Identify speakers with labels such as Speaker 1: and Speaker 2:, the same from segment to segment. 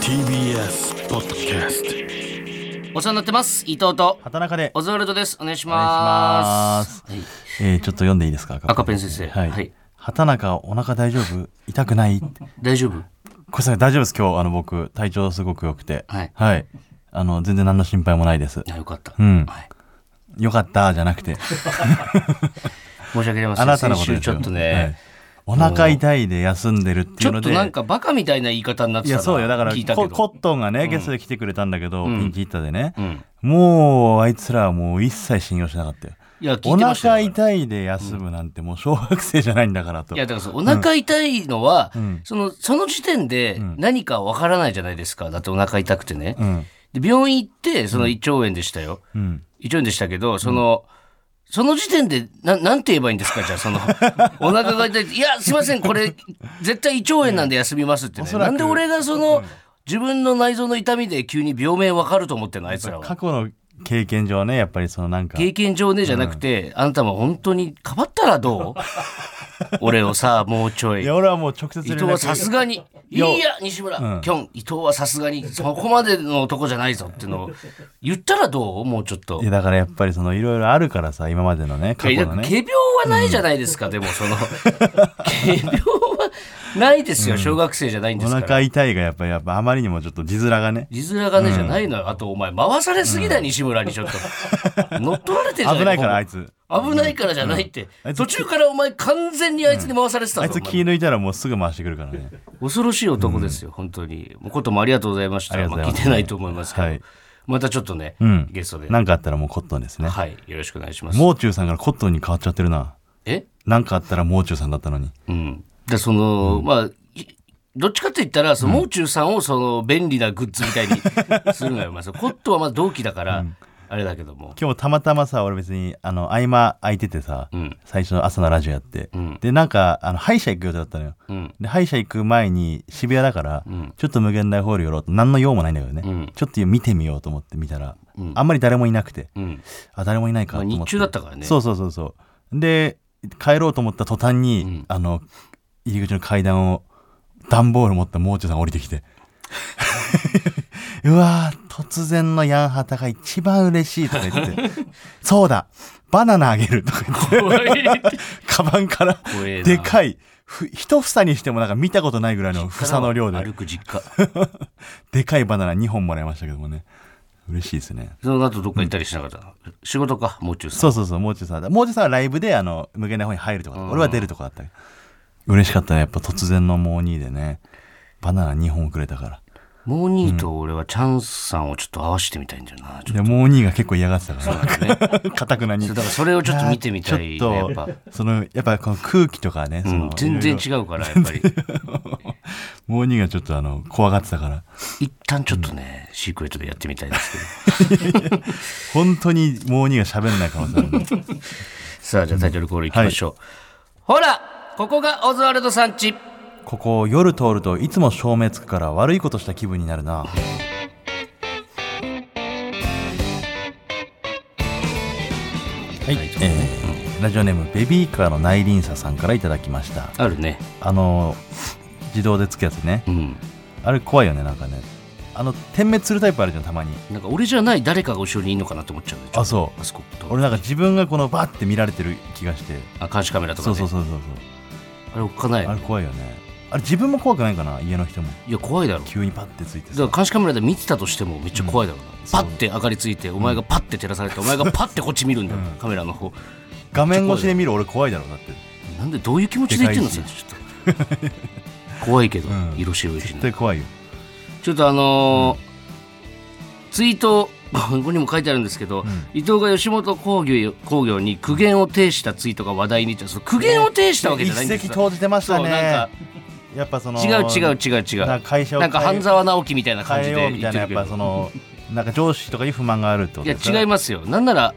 Speaker 1: TBS ポッドキャスト
Speaker 2: お世話になってます伊藤と
Speaker 3: 畑中で
Speaker 2: オズワルドですお願いし
Speaker 3: お願
Speaker 2: ま
Speaker 3: いし
Speaker 2: す
Speaker 3: ますえーちょっと読んでいいですか赤
Speaker 2: 赤ペン先生
Speaker 3: はい、
Speaker 2: はい
Speaker 3: 畑中お腹大丈夫痛くないこ
Speaker 2: 大丈夫
Speaker 3: れさ大丈夫です今日あの僕体調すごく良くて
Speaker 2: はい
Speaker 3: あの全然何の心配もないです
Speaker 2: あよかった、
Speaker 3: うん
Speaker 2: はい、
Speaker 3: よかったじゃな くて
Speaker 2: 申し訳ありません
Speaker 3: あなたのこ
Speaker 2: 先
Speaker 3: と
Speaker 2: 週
Speaker 3: です
Speaker 2: ちょ
Speaker 3: よ
Speaker 2: っとね、
Speaker 3: はいお腹痛いで休んでるって
Speaker 2: ち
Speaker 3: いう
Speaker 2: ょ
Speaker 3: の
Speaker 2: っ
Speaker 3: で
Speaker 2: となんかバカみたいな言い方になって
Speaker 3: い
Speaker 2: たな
Speaker 3: やそうよだから
Speaker 2: 聞いたけ
Speaker 3: コ
Speaker 2: ど
Speaker 3: コットンがねゲストで来てくれたんだけど、
Speaker 2: ん
Speaker 3: ピンチヒッターでね、
Speaker 2: ん
Speaker 3: もうあいつらはもう一切信用しなかったよ
Speaker 2: いや聞
Speaker 3: お
Speaker 2: いてました
Speaker 3: 腹
Speaker 2: よ
Speaker 3: 痛いで休むなんてもう小学生じゃないんだからと
Speaker 2: いやだからそのお腹痛いのは、
Speaker 3: ん
Speaker 2: そのその時点で何かわからないじゃないですかだってお腹痛くてね、
Speaker 3: うん
Speaker 2: で病院行ってその胃腸炎でしたよ、
Speaker 3: うん
Speaker 2: 胃腸炎でしたけどその、その時点でななんて言えばいいんですかじゃあその お腹が痛いいやすいませんこれ絶対胃腸炎なんで休みますって、ね
Speaker 3: そらく
Speaker 2: なんで俺がその、自分の内臓の痛みで急に病名わかると思ってんのあいつらは
Speaker 3: 過去の経験上ねやっぱりそのなんか
Speaker 2: 経験上ねじゃなくて、あなたも本当にかばったら どう俺をさもうちょい
Speaker 3: いや俺はもう直接
Speaker 2: 伊
Speaker 3: 連
Speaker 2: 藤は
Speaker 3: 絡
Speaker 2: さすがに、いや、西村、きょん、伊藤はさすがに、そこまでの男じゃないぞっていうのを言ったらどうもうちょっと。
Speaker 3: いやだからやっぱりそのいろいろあるからさ今までのね過
Speaker 2: いや
Speaker 3: 去
Speaker 2: だか
Speaker 3: の
Speaker 2: ら
Speaker 3: ね
Speaker 2: 仮病はないじゃないですか、でもその、仮病はないですよ、小学生じゃないんで
Speaker 3: お
Speaker 2: すから。
Speaker 3: 腹痛いがやっぱりやっぱあまりにもちょっと字面がね
Speaker 2: 字面がねじゃないのよ。あと、お前、回されすぎだよ、西村にちょっと。乗っ取られてんじゃ
Speaker 3: 危ないからあ
Speaker 2: か
Speaker 3: いつ
Speaker 2: 危ないからじゃないって
Speaker 3: あい。つ
Speaker 2: 途中からお前、完全にあいつに回されてた
Speaker 3: あ
Speaker 2: ぞ
Speaker 3: いつ
Speaker 2: お前
Speaker 3: 気抜いたらもうすぐ回してくるからね
Speaker 2: 恐ろしい男ですよ、本当に。もうこともありがとうございました。
Speaker 3: ありがとう
Speaker 2: ま
Speaker 3: ご
Speaker 2: あ、
Speaker 3: ざい
Speaker 2: 聞い
Speaker 3: ます
Speaker 2: てないと思いますけど、
Speaker 3: はい
Speaker 2: またちょっとね、
Speaker 3: ん
Speaker 2: ゲストで、
Speaker 3: なんかあったらもうコットンですね
Speaker 2: はい、よろしくお願いします。
Speaker 3: もう中さんからコットンに変わっちゃってるな
Speaker 2: え
Speaker 3: なんかあったらもう中さんだったのに
Speaker 2: うん。で、その、まあ、いどっちかと言ったら、その、もう中さんをその、便利なグッズみたい にするのよ。まあ、そのコットンはまあ同期だから、あれだけども。
Speaker 3: 今日たまたまさ俺別にあの合間空いててさ、
Speaker 2: ん
Speaker 3: 最初の朝のラジオやって、
Speaker 2: ん
Speaker 3: でなんかあの歯医者行く予定だったのよ、
Speaker 2: うん。
Speaker 3: で歯医者行く前に渋谷だから、
Speaker 2: ん
Speaker 3: ちょっと無限大ホール寄ろうと何の用もないんだけどね、
Speaker 2: うん
Speaker 3: ちょっと見てみようと思って見たら、
Speaker 2: うん
Speaker 3: あんまり誰もいなくて
Speaker 2: うん。
Speaker 3: あ誰もいないか
Speaker 2: ま
Speaker 3: と
Speaker 2: あ、
Speaker 3: 思っ
Speaker 2: 日
Speaker 3: て、
Speaker 2: 中だったからね。
Speaker 3: そうそうそうそうで帰ろうと思った途端に、
Speaker 2: うん
Speaker 3: あの入り口の階段を段ボール持ったもう中さんが降りてき てうわー突然のヤンハタが一番嬉しいとか言っててそうだバナナあげるとか言って
Speaker 2: 怖い。
Speaker 3: カバンから
Speaker 2: 怖えな
Speaker 3: でかいふ一房にしてもなんか見たことないぐらいの房の量で
Speaker 2: 歩く実家。
Speaker 3: でかいバナナ2本もらいましたけどもね嬉しいですね
Speaker 2: その後どっか行ったりしなかったの、仕事か、もう中さん。
Speaker 3: そうそうそうもう中さんもう中さんはライブであの無限大方に入るとか俺は出るとこだった嬉しかったねやっぱ突然のもう2でねバナナ2本くれたから
Speaker 2: モーニーと俺はチャンスさんをちょっと合わせてみたいんだよな。ちょっ
Speaker 3: でもう2が結構嫌がってたか
Speaker 2: とね。
Speaker 3: らかたくなに
Speaker 2: そうだからそれをちょっと見てみたいね、
Speaker 3: や
Speaker 2: や
Speaker 3: ー
Speaker 2: っ
Speaker 3: ちょ
Speaker 2: ぱ
Speaker 3: っ。とそのやっぱこの空気とかね、
Speaker 2: う
Speaker 3: そ
Speaker 2: ん
Speaker 3: の、
Speaker 2: 全然違うから、やっぱり。
Speaker 3: もう2がちょっとあの怖がってたから
Speaker 2: 一旦ちょっとね、シークレットでやってみたいですけど。
Speaker 3: 本当にもう2が喋んない可能性あるね
Speaker 2: さあ、じゃあタイトルコールいきましょう。ほらここがオズワルドさんち
Speaker 3: ここ夜通るといつも照明つくから悪いことした気分になるなはい、えーラジオネームベビーカーの内輪差さんからいただきました
Speaker 2: あるね。
Speaker 3: あの自動でつくやつね
Speaker 2: うん。
Speaker 3: あれ怖いよねなんかねあの点滅するタイプあるじゃんたまに
Speaker 2: なんか俺じゃない誰かが後ろにいるのかなと思っちゃうね。ちょっ
Speaker 3: あそ
Speaker 2: と
Speaker 3: う
Speaker 2: あそこと。
Speaker 3: 俺なんか自分がこのバッて見られてる気がして
Speaker 2: あ、監視カメラとか
Speaker 3: そ
Speaker 2: ね。
Speaker 3: うそうそうそうそう
Speaker 2: あれおっかないよ
Speaker 3: あ
Speaker 2: ね
Speaker 3: れ怖いよねあれ自分も怖くないかな家の人も
Speaker 2: いや、怖いだろ。
Speaker 3: 急にパッてついて
Speaker 2: だか
Speaker 3: さ
Speaker 2: ら監視カメラで見てたとしてもめっちゃ怖いだろうな、
Speaker 3: そう
Speaker 2: パッて明かりついてお前がパッて照らされて、お前がパッてこっち見るんだよ、カメラの方
Speaker 3: 画面越しで見る俺怖いだろうなって
Speaker 2: なんでどういう気持ちで言ってんの
Speaker 3: で
Speaker 2: 先
Speaker 3: か
Speaker 2: 生ちょっと怖いけど、
Speaker 3: うん
Speaker 2: 色白いし
Speaker 3: 絶対怖いよ
Speaker 2: ちょっとあのーツイート ここにも書いてあるんですけど、伊藤が吉本興業興業に苦言を呈したツイートが話題にその苦言を呈したわけじゃないん
Speaker 3: 一
Speaker 2: です
Speaker 3: 石
Speaker 2: よ
Speaker 3: 投じてました
Speaker 2: そうなん
Speaker 3: ね
Speaker 2: か
Speaker 3: やっぱその
Speaker 2: 違う違う違う違う
Speaker 3: な
Speaker 2: なん
Speaker 3: か会社を
Speaker 2: んか半沢直樹みたいな感
Speaker 3: 変
Speaker 2: じ
Speaker 3: え
Speaker 2: で
Speaker 3: よ
Speaker 2: 言
Speaker 3: うみた
Speaker 2: っ
Speaker 3: い
Speaker 2: て
Speaker 3: な
Speaker 2: る
Speaker 3: やっ
Speaker 2: けど
Speaker 3: ぱそのなんか上司とかに不満があるってこと
Speaker 2: い
Speaker 3: ですか
Speaker 2: や違いますよなんなら、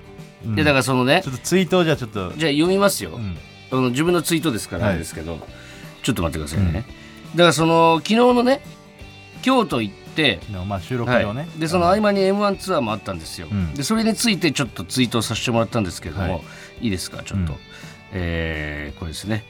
Speaker 3: うん
Speaker 2: いやだからそのね
Speaker 3: ちょっとツイートをじゃあちょっと、
Speaker 2: じゃあ読みますよ、
Speaker 3: うん
Speaker 2: あの自分のツイートですから
Speaker 3: はい
Speaker 2: あれですけど、ちょっと待ってくださいね、だからその昨日のね京都行って、
Speaker 3: 昨日まあ収録
Speaker 2: はい
Speaker 3: をね、
Speaker 2: でその合間に m 1ツアーもあったんですよ、
Speaker 3: うん
Speaker 2: でそれについてちょっとツイートをさせてもらったんですけれども、
Speaker 3: はい
Speaker 2: い、いですかちょっと、
Speaker 3: うん
Speaker 2: えーこれですね、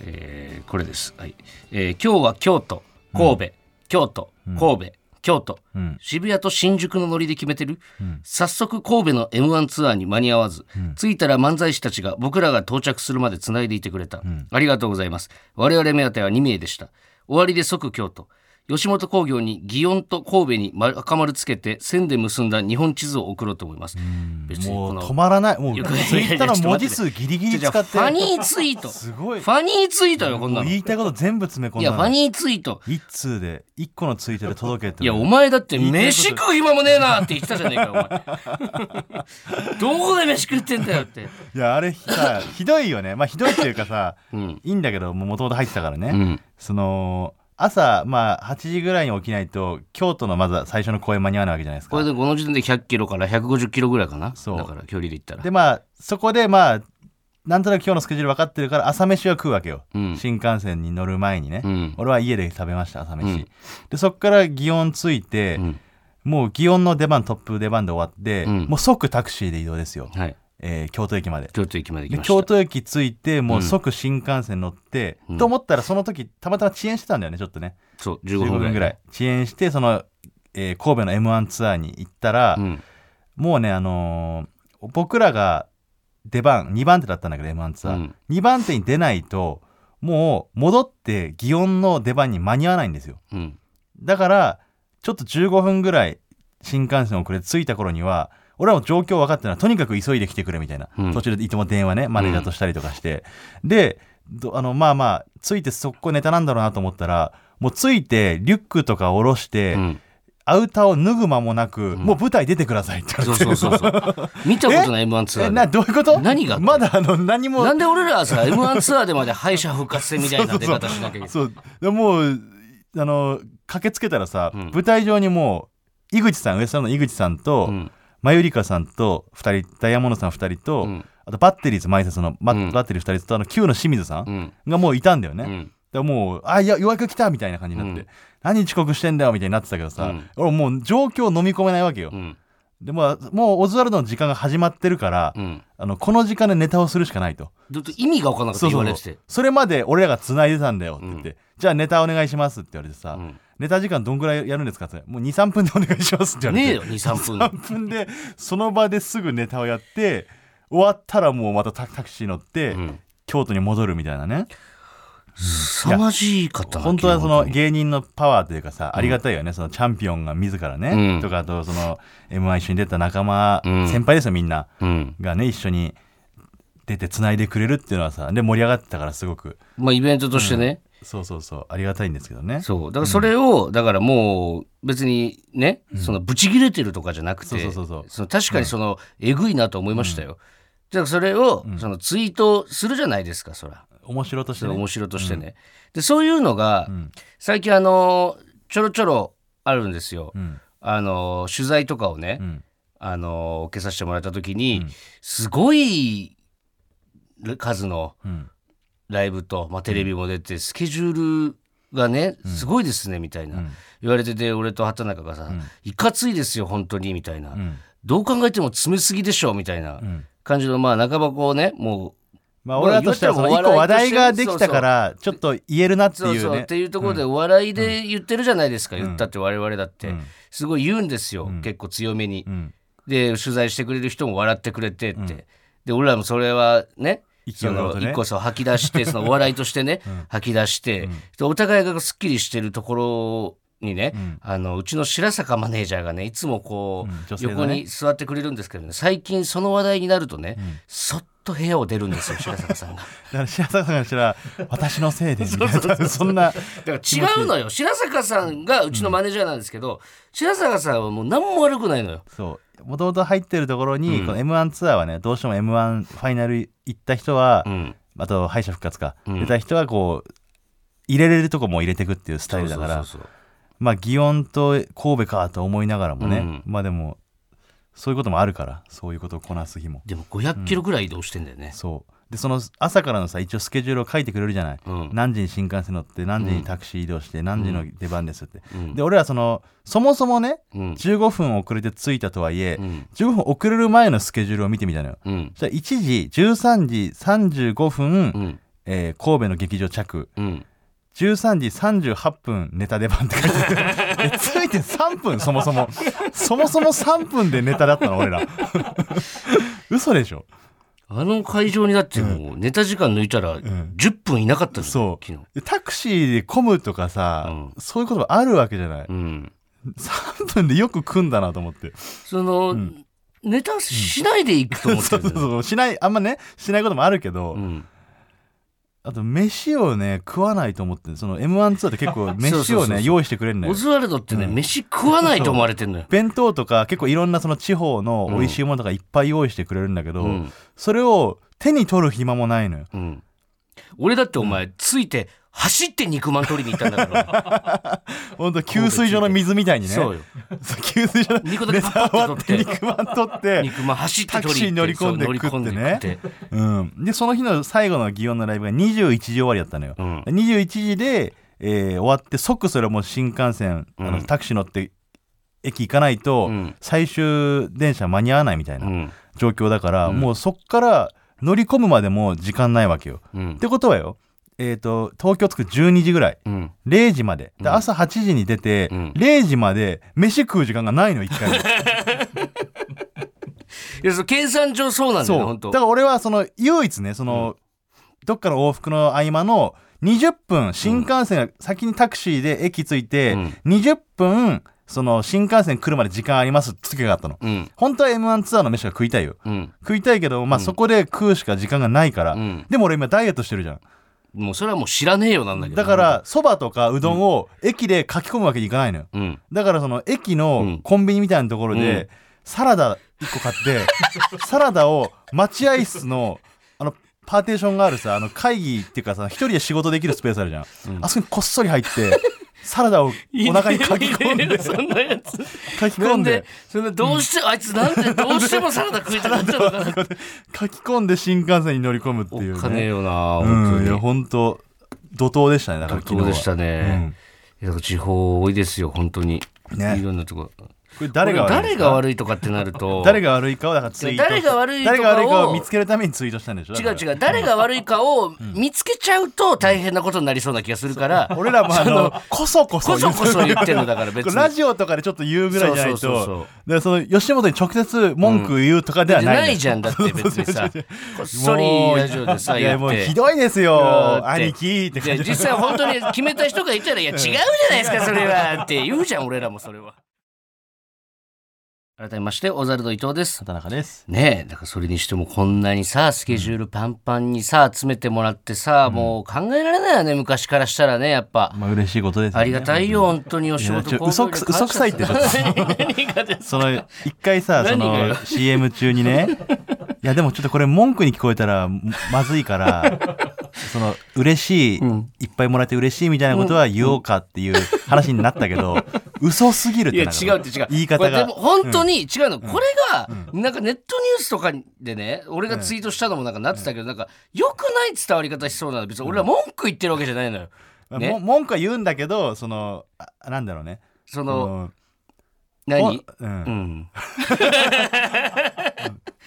Speaker 2: えーこれです、はいえー今日は京都神戸、京都、神戸、京都、
Speaker 3: ん
Speaker 2: 渋谷と新宿のノリで決めてる、早速神戸の m 1ツアーに間に合わず、着いたら漫才師たちが僕らが到着するまでつないでいてくれた、ありがとうございます我々目当ては2名でした終わりで即京都吉本興業に祇園と神戸に赤丸つけて線で結んだ日本地図を送ろうと思います別に
Speaker 3: も
Speaker 2: こ
Speaker 3: う
Speaker 2: の
Speaker 3: 止まらない。もう
Speaker 2: い
Speaker 3: ツイ
Speaker 2: や
Speaker 3: ッターの文字数ギリギリ使っ
Speaker 2: フ
Speaker 3: て
Speaker 2: ァニーツイート
Speaker 3: すごい。
Speaker 2: ファニーツイートよこんな
Speaker 3: もう
Speaker 2: の
Speaker 3: 言いたいこと全部詰め込んだ。
Speaker 2: いや、ファニーツイート。
Speaker 3: 一通で一個のツイートで届けて。
Speaker 2: いや、お前だって、飯食う暇もねえなって言ってたじゃねえか、 お前。どこで飯食ってんだよって。
Speaker 3: いやあれさひどいよねまあひどいっていうかさ、いいんだけどもともと入ってたからね、
Speaker 2: ん
Speaker 3: その朝まあ8時ぐらいに起きないと京都のまずは最初の公演間に合わないわけじゃないです
Speaker 2: こ
Speaker 3: か
Speaker 2: れでこの時点で100キロから150キロぐらいかな。
Speaker 3: そう
Speaker 2: だから、距離で言ったら。
Speaker 3: でまあそこでまあなんとなく今日のスケジュール分かってるから朝飯は食うわけよ、
Speaker 2: うん
Speaker 3: 新幹線に乗る前にね、
Speaker 2: うん
Speaker 3: 俺は家で食べました朝飯、
Speaker 2: うん
Speaker 3: でそっから祇園着いて、
Speaker 2: ん
Speaker 3: もう祇園の出番トップ出番で終わって、
Speaker 2: うん
Speaker 3: もう即タクシーで移動ですよ、
Speaker 2: はい。
Speaker 3: えー京都駅まで
Speaker 2: 京都駅まで行き
Speaker 3: で
Speaker 2: ました。
Speaker 3: 京都駅着いてもう即新幹線乗って、と思ったらその時たまたま遅延してたんだよねちょっとね
Speaker 2: そう、15
Speaker 3: 15分
Speaker 2: 分
Speaker 3: ぐ
Speaker 2: ぐ
Speaker 3: ら
Speaker 2: ら
Speaker 3: い
Speaker 2: い。
Speaker 3: 遅延してその、えー神戸の m 1ツアーに行ったら、
Speaker 2: うん。
Speaker 3: もうねあのー僕らが出番2番手だったんだけど m 1ツアー、
Speaker 2: うん
Speaker 3: 2番手に出ないともう戻って祇園の出番に間に合わないんですよ
Speaker 2: うん。
Speaker 3: だからちょっと15分ぐらい新幹線遅れて着いた頃には俺はもう状況分かってるのはとにかく急いで来てくれみたいな、
Speaker 2: うん
Speaker 3: 途中でいつも電話ねマネージャーとしたりとかして、でどあのまあまあ着いてそこネタなんだろうなと思ったらもう着いてリュックとか下ろして、
Speaker 2: うん。
Speaker 3: アウターを脱ぐ間もなく、もう舞台出てくださいって言
Speaker 2: そ
Speaker 3: わ
Speaker 2: う
Speaker 3: れて
Speaker 2: そうそうそう。見たことない M1 ツア
Speaker 3: え
Speaker 2: ー
Speaker 3: な
Speaker 2: で。
Speaker 3: どういうこと
Speaker 2: 何が
Speaker 3: まだあの何も
Speaker 2: なんで俺らはさ、M1 ツアーでまで敗者復活戦みたいな出方しなきゃいけない。
Speaker 3: そうでもうあの駆けつけたらさ、
Speaker 2: うん
Speaker 3: 舞台上にもう井口さんウエストランドの井口さんと、
Speaker 2: うん
Speaker 3: マユリカさんと2人ダイヤモンドさん2人と、
Speaker 2: うん
Speaker 3: あとバッテリーズ前説の、ま
Speaker 2: うん
Speaker 3: バッテリー2人とあの Q の清水さ
Speaker 2: うんん。
Speaker 3: がもういたんだよね、
Speaker 2: う
Speaker 3: だか
Speaker 2: ん。
Speaker 3: らもう「あいやようやく来た」みたいな感じになって、
Speaker 2: うん
Speaker 3: 何遅刻してんだよみたいになってたけどさ、
Speaker 2: うん
Speaker 3: 俺もう状況を飲み込めないわけよ、
Speaker 2: うん。
Speaker 3: でももうオズワルドの時間が始まってるから、
Speaker 2: うん。
Speaker 3: あのこの時間でネタをするしかないと
Speaker 2: ずっと意味が分からなかった
Speaker 3: そう
Speaker 2: 言
Speaker 3: そ
Speaker 2: わ
Speaker 3: う
Speaker 2: れ
Speaker 3: そう
Speaker 2: てて。
Speaker 3: それまで俺らが繋いでたんだよって言って、じゃあネタお願いしますって言われてさ、
Speaker 2: うん
Speaker 3: ネタ時間どんぐらいやるんですかってもう23分でお願いしますって言われて
Speaker 2: ねえよ、2、3
Speaker 3: 3
Speaker 2: 分。
Speaker 3: 分でその場ですぐネタをやって終わったらもうまたタタクシー乗って、
Speaker 2: ん
Speaker 3: 京都に戻るみたいなね
Speaker 2: 凄まじい方
Speaker 3: 本当はその
Speaker 2: 昨日
Speaker 3: 芸人のパワーというかさありがたいよね、そのチャンピオンが自ら
Speaker 2: う
Speaker 3: ね、
Speaker 2: ん
Speaker 3: とかあとその m 1一緒に出た仲間、
Speaker 2: うん
Speaker 3: 先輩ですよみんな
Speaker 2: うん。
Speaker 3: がね一緒に出て繋いでくれるっていうのはさで盛り上がってたからすごく
Speaker 2: まあイベントとしてね。
Speaker 3: そうそうそうありがたいんですけどね
Speaker 2: そう。だからそれを、だからもう別にね、そのブチ切れてるとかじゃなく
Speaker 3: そうそ
Speaker 2: て、
Speaker 3: うそうそう
Speaker 2: その確かにその、えぐいなと思いましたよ。だからそれを、そのツイートするじゃないですか、そら。
Speaker 3: 面白とし
Speaker 2: そ
Speaker 3: て
Speaker 2: れ
Speaker 3: ね
Speaker 2: 面白としてね。で、そういうのが、
Speaker 3: ん
Speaker 2: 最近あの、ちょろちょろあるんですよ。
Speaker 3: うん
Speaker 2: あの、取材とかをね、
Speaker 3: うん
Speaker 2: あの、受けさせてもらった時に、すごい数の、
Speaker 3: うん
Speaker 2: ライブと、まあ、テレビも出て、スケジュールがね、すごいですね、みたいな、
Speaker 3: ん
Speaker 2: 言われてて、俺と畑中がさ、いかついですよ、本当に、みたいな、
Speaker 3: うん
Speaker 2: どう考えても詰めすぎでしょ、みたいな
Speaker 3: うん
Speaker 2: 感じの、まあ、半ばこうね、もう、
Speaker 3: まあ俺らとしてはその一個話題ができたからちょっと言えるなって
Speaker 2: そう
Speaker 3: い
Speaker 2: そうう、っ
Speaker 3: ね
Speaker 2: ていうところで、お笑いで言ってるじゃないですか、言ったって我々だって、
Speaker 3: うん
Speaker 2: すごい言うんですよ、結構強めに。
Speaker 3: うん
Speaker 2: で取材してくれる人も笑ってくれてって、で俺らもそれはね
Speaker 3: 勢い
Speaker 2: そ
Speaker 3: のこと
Speaker 2: の
Speaker 3: ね
Speaker 2: 一個そう吐き出してそのお笑いとして ね、吐き出して、でお互いがすっきりしてるところにね、あのうちの白坂マネージャーがねいつもこ
Speaker 3: うん
Speaker 2: う、
Speaker 3: 女性のね
Speaker 2: 横に座ってくれるんですけどね最近その話題になるとね、そっと部屋を出るん ですよ白坂さんが
Speaker 3: だから白坂さんがしたら私のせいで みたいな多分そん
Speaker 2: だ
Speaker 3: な
Speaker 2: から違うのよ白坂さんがうちのマネージャーなんですけど、白坂さんはもう何も悪くないのよ
Speaker 3: そうもともと入ってるところに、この m 1ツアーはねどうしても m 1ファイナル行った人は、
Speaker 2: ん
Speaker 3: あと敗者復活か、出た人はこう入れれるとこも入れてくっていうスタイルだから
Speaker 2: そうそうそう
Speaker 3: まあ祇園と神戸かと思いながらもね、
Speaker 2: うん
Speaker 3: まあでもそういうこともあるからそういうことをこなす日も
Speaker 2: でも500キロぐらい移動してんだよね、
Speaker 3: そうでその朝からのさ一応スケジュールを書いてくれるじゃない、
Speaker 2: うん
Speaker 3: 何時に新幹線乗って何時にタクシー移動して何時の出番ですって、
Speaker 2: うん
Speaker 3: で俺らそのそもそもね、
Speaker 2: うん
Speaker 3: 15分遅れて着いたとはいえ、
Speaker 2: うん
Speaker 3: 15分遅れる前のスケジュールを見てみたのよ、
Speaker 2: うん
Speaker 3: そしたら1時13時35分、
Speaker 2: うん
Speaker 3: えー神戸の劇場着
Speaker 2: うん
Speaker 3: 13時38分ネタ出番って書いてある えついて3分そもそもそもそも3分でネタだったの俺 ら嘘でしょ
Speaker 2: あの会場にだってもうネタ時間抜いたら10分いなかったの、
Speaker 3: そう
Speaker 2: 昨日。
Speaker 3: でタクシーで混むとかさ、そういうことがあるわけじゃない、
Speaker 2: うん。
Speaker 3: 3分でよく組んだなと思って
Speaker 2: その、ネタしないでいくと思っ
Speaker 3: そ
Speaker 2: て
Speaker 3: う
Speaker 2: る
Speaker 3: そ
Speaker 2: のよ
Speaker 3: うそうしないあんまねしないこともあるけど、
Speaker 2: うん。
Speaker 3: あと飯をね食わないと思ってその m 1ツアーって結構
Speaker 2: そう
Speaker 3: 飯
Speaker 2: そう
Speaker 3: を
Speaker 2: そうそう
Speaker 3: ね用意してくれるのよ
Speaker 2: オズワルドってね、飯食わないと思われてんのよ。
Speaker 3: 弁当とか結構いろんなその地方の美味しいものとかいっぱい用意してくれるんだけど、
Speaker 2: うん
Speaker 3: それを手に取る暇もないのよ
Speaker 2: うん。俺だってお前、ついて、走って肉まん取りに行ったんだ から。
Speaker 3: 本当給水所の水みたいにね
Speaker 2: そうよ。
Speaker 3: そう 給水所の
Speaker 2: 肉だけ
Speaker 3: ネ
Speaker 2: パ
Speaker 3: タ
Speaker 2: ッ
Speaker 3: 終わ
Speaker 2: パ
Speaker 3: っ
Speaker 2: ッ
Speaker 3: て
Speaker 2: て取って
Speaker 3: 肉まん取って、
Speaker 2: 肉まん走って取り
Speaker 3: タクシーに乗り込んで
Speaker 2: そう
Speaker 3: 食ってね
Speaker 2: 乗り込んで食って
Speaker 3: うん、でその日の最後の祇園のライブが21時終わりだったのよ、
Speaker 2: うん
Speaker 3: 21時で、えー終わって即それもう新幹線、あ
Speaker 2: う
Speaker 3: の
Speaker 2: ん
Speaker 3: タクシー乗って駅行かないと、
Speaker 2: うん。
Speaker 3: 最終電車間に合わないみたいうなん状況だから、もうそっから乗り込むまでも時間ないわけよ、
Speaker 2: うん
Speaker 3: っ。てことはよ、えー、と東京着く12時ぐらい
Speaker 2: うん。
Speaker 3: 0時までで朝8時に出て、
Speaker 2: うん
Speaker 3: 0時まで飯食う時間がないの一回も
Speaker 2: いや、その計算上そうなんだよ、
Speaker 3: そう
Speaker 2: 本
Speaker 3: だ
Speaker 2: 当。
Speaker 3: から俺はその唯一ねその、どっかの往復の合間の20分新幹線が先にタクシーで駅着いて、
Speaker 2: うん
Speaker 3: 20分その新幹線来るまで時間ありますって時があったの、
Speaker 2: うん。
Speaker 3: 本当は m 1ツアーの飯が食いたいよ
Speaker 2: うん。
Speaker 3: 食いたいけど、まあ、そこで食うしか時間がないから、
Speaker 2: うん
Speaker 3: でも俺今ダイエットしてるじゃん
Speaker 2: もうそれはもう知らねえよなんだけど。
Speaker 3: だか、らそばとかうどんを駅で書き込むわけにいかないのよ、
Speaker 2: うん。
Speaker 3: だからその駅
Speaker 2: う
Speaker 3: の
Speaker 2: ん
Speaker 3: コンビニみたいなところ
Speaker 2: う
Speaker 3: でサラダ1個買って サラダを待合室のあのパーテーションがあるさあの会議っていうかさ一人で仕事できるスペースあるじゃん、あそこにこっそり入って サラダをお腹に書き込ん で
Speaker 2: そんなやつ。
Speaker 3: 書き
Speaker 2: な
Speaker 3: 込ん
Speaker 2: んで
Speaker 3: で、
Speaker 2: そんなどうして、あいつなんでどうしてもサラダ食いたかったの かな。
Speaker 3: 書き込んで新幹線に乗り込むっていう
Speaker 2: お
Speaker 3: ね
Speaker 2: 金よな、本
Speaker 3: うんい
Speaker 2: 当
Speaker 3: や
Speaker 2: に。
Speaker 3: 本当怒涛でしたねだから昨日
Speaker 2: そう
Speaker 3: は
Speaker 2: でしたね。いや地方多いですよ、本当に。
Speaker 3: ね
Speaker 2: いろんなとこ。
Speaker 3: これ誰が
Speaker 2: これ
Speaker 3: 悪い。
Speaker 2: 誰が悪いとかってなると
Speaker 3: 誰が悪いかをだからツイート
Speaker 2: 誰が悪いとかを
Speaker 3: 誰が悪いかを見つけるためにツイートしたんでしょだ
Speaker 2: 違
Speaker 3: から
Speaker 2: う違う誰が悪いかを見つけちゃうと大変なことになりそうな気がするから、
Speaker 3: 俺ら もあのこそこそ
Speaker 2: こそこそ言ってんのだから別に
Speaker 3: ラジオとかでちょっと言うぐらいじゃないと
Speaker 2: そうそうそうそう
Speaker 3: でその吉本に直接文句言うとかではない,、
Speaker 2: ないじゃんだって別 にさこっそり
Speaker 3: もう
Speaker 2: ラジオでさ
Speaker 3: いや
Speaker 2: や
Speaker 3: もう
Speaker 2: って
Speaker 3: ひどいで
Speaker 2: だ
Speaker 3: す
Speaker 2: っ
Speaker 3: よ
Speaker 2: て
Speaker 3: 兄貴って
Speaker 2: いや
Speaker 3: 感じ
Speaker 2: 実際本当に決めた人がいたら「いや違うじゃないですかそれは」って言うじゃん俺らもそれは。改めましてオザルド伊藤です。
Speaker 3: 畑中です
Speaker 2: ねえだからそれにしてもこんなにさスケジュールパンパンにさ詰めてもらってさ、もう考えられないよね昔からしたらねやっぱ。
Speaker 3: まあ嬉しいことです、ね、
Speaker 2: ありがたいよ本当にお仕
Speaker 3: い
Speaker 2: 事
Speaker 3: やちょ嘘くさ嘘くさいってちょっと
Speaker 2: 何がです
Speaker 3: その一回さそ
Speaker 2: 何が
Speaker 3: の
Speaker 2: よ
Speaker 3: CM 中 にねいやでもちょっとこれ文句に聞こえたらまず いからその嬉しい、いっぱいもらって嬉しいみたいなことは言おうかっていう話になったけど、嘘すぎるっ
Speaker 2: い
Speaker 3: て
Speaker 2: や
Speaker 3: なんか
Speaker 2: 違うって違う
Speaker 3: 言い方
Speaker 2: これ
Speaker 3: が
Speaker 2: でも本当に違うの、これがなんかネットニュースとかでね俺がツイートしたのもなんかなってたけどなんか良くない伝わり方しそうなの別に俺は文句言ってるわけじゃないのよ
Speaker 3: まあ
Speaker 2: ね
Speaker 3: も文句は言うんだけどそのあなんだろうね
Speaker 2: そ
Speaker 3: そ
Speaker 2: の
Speaker 3: の
Speaker 2: 何
Speaker 3: おうん
Speaker 2: うん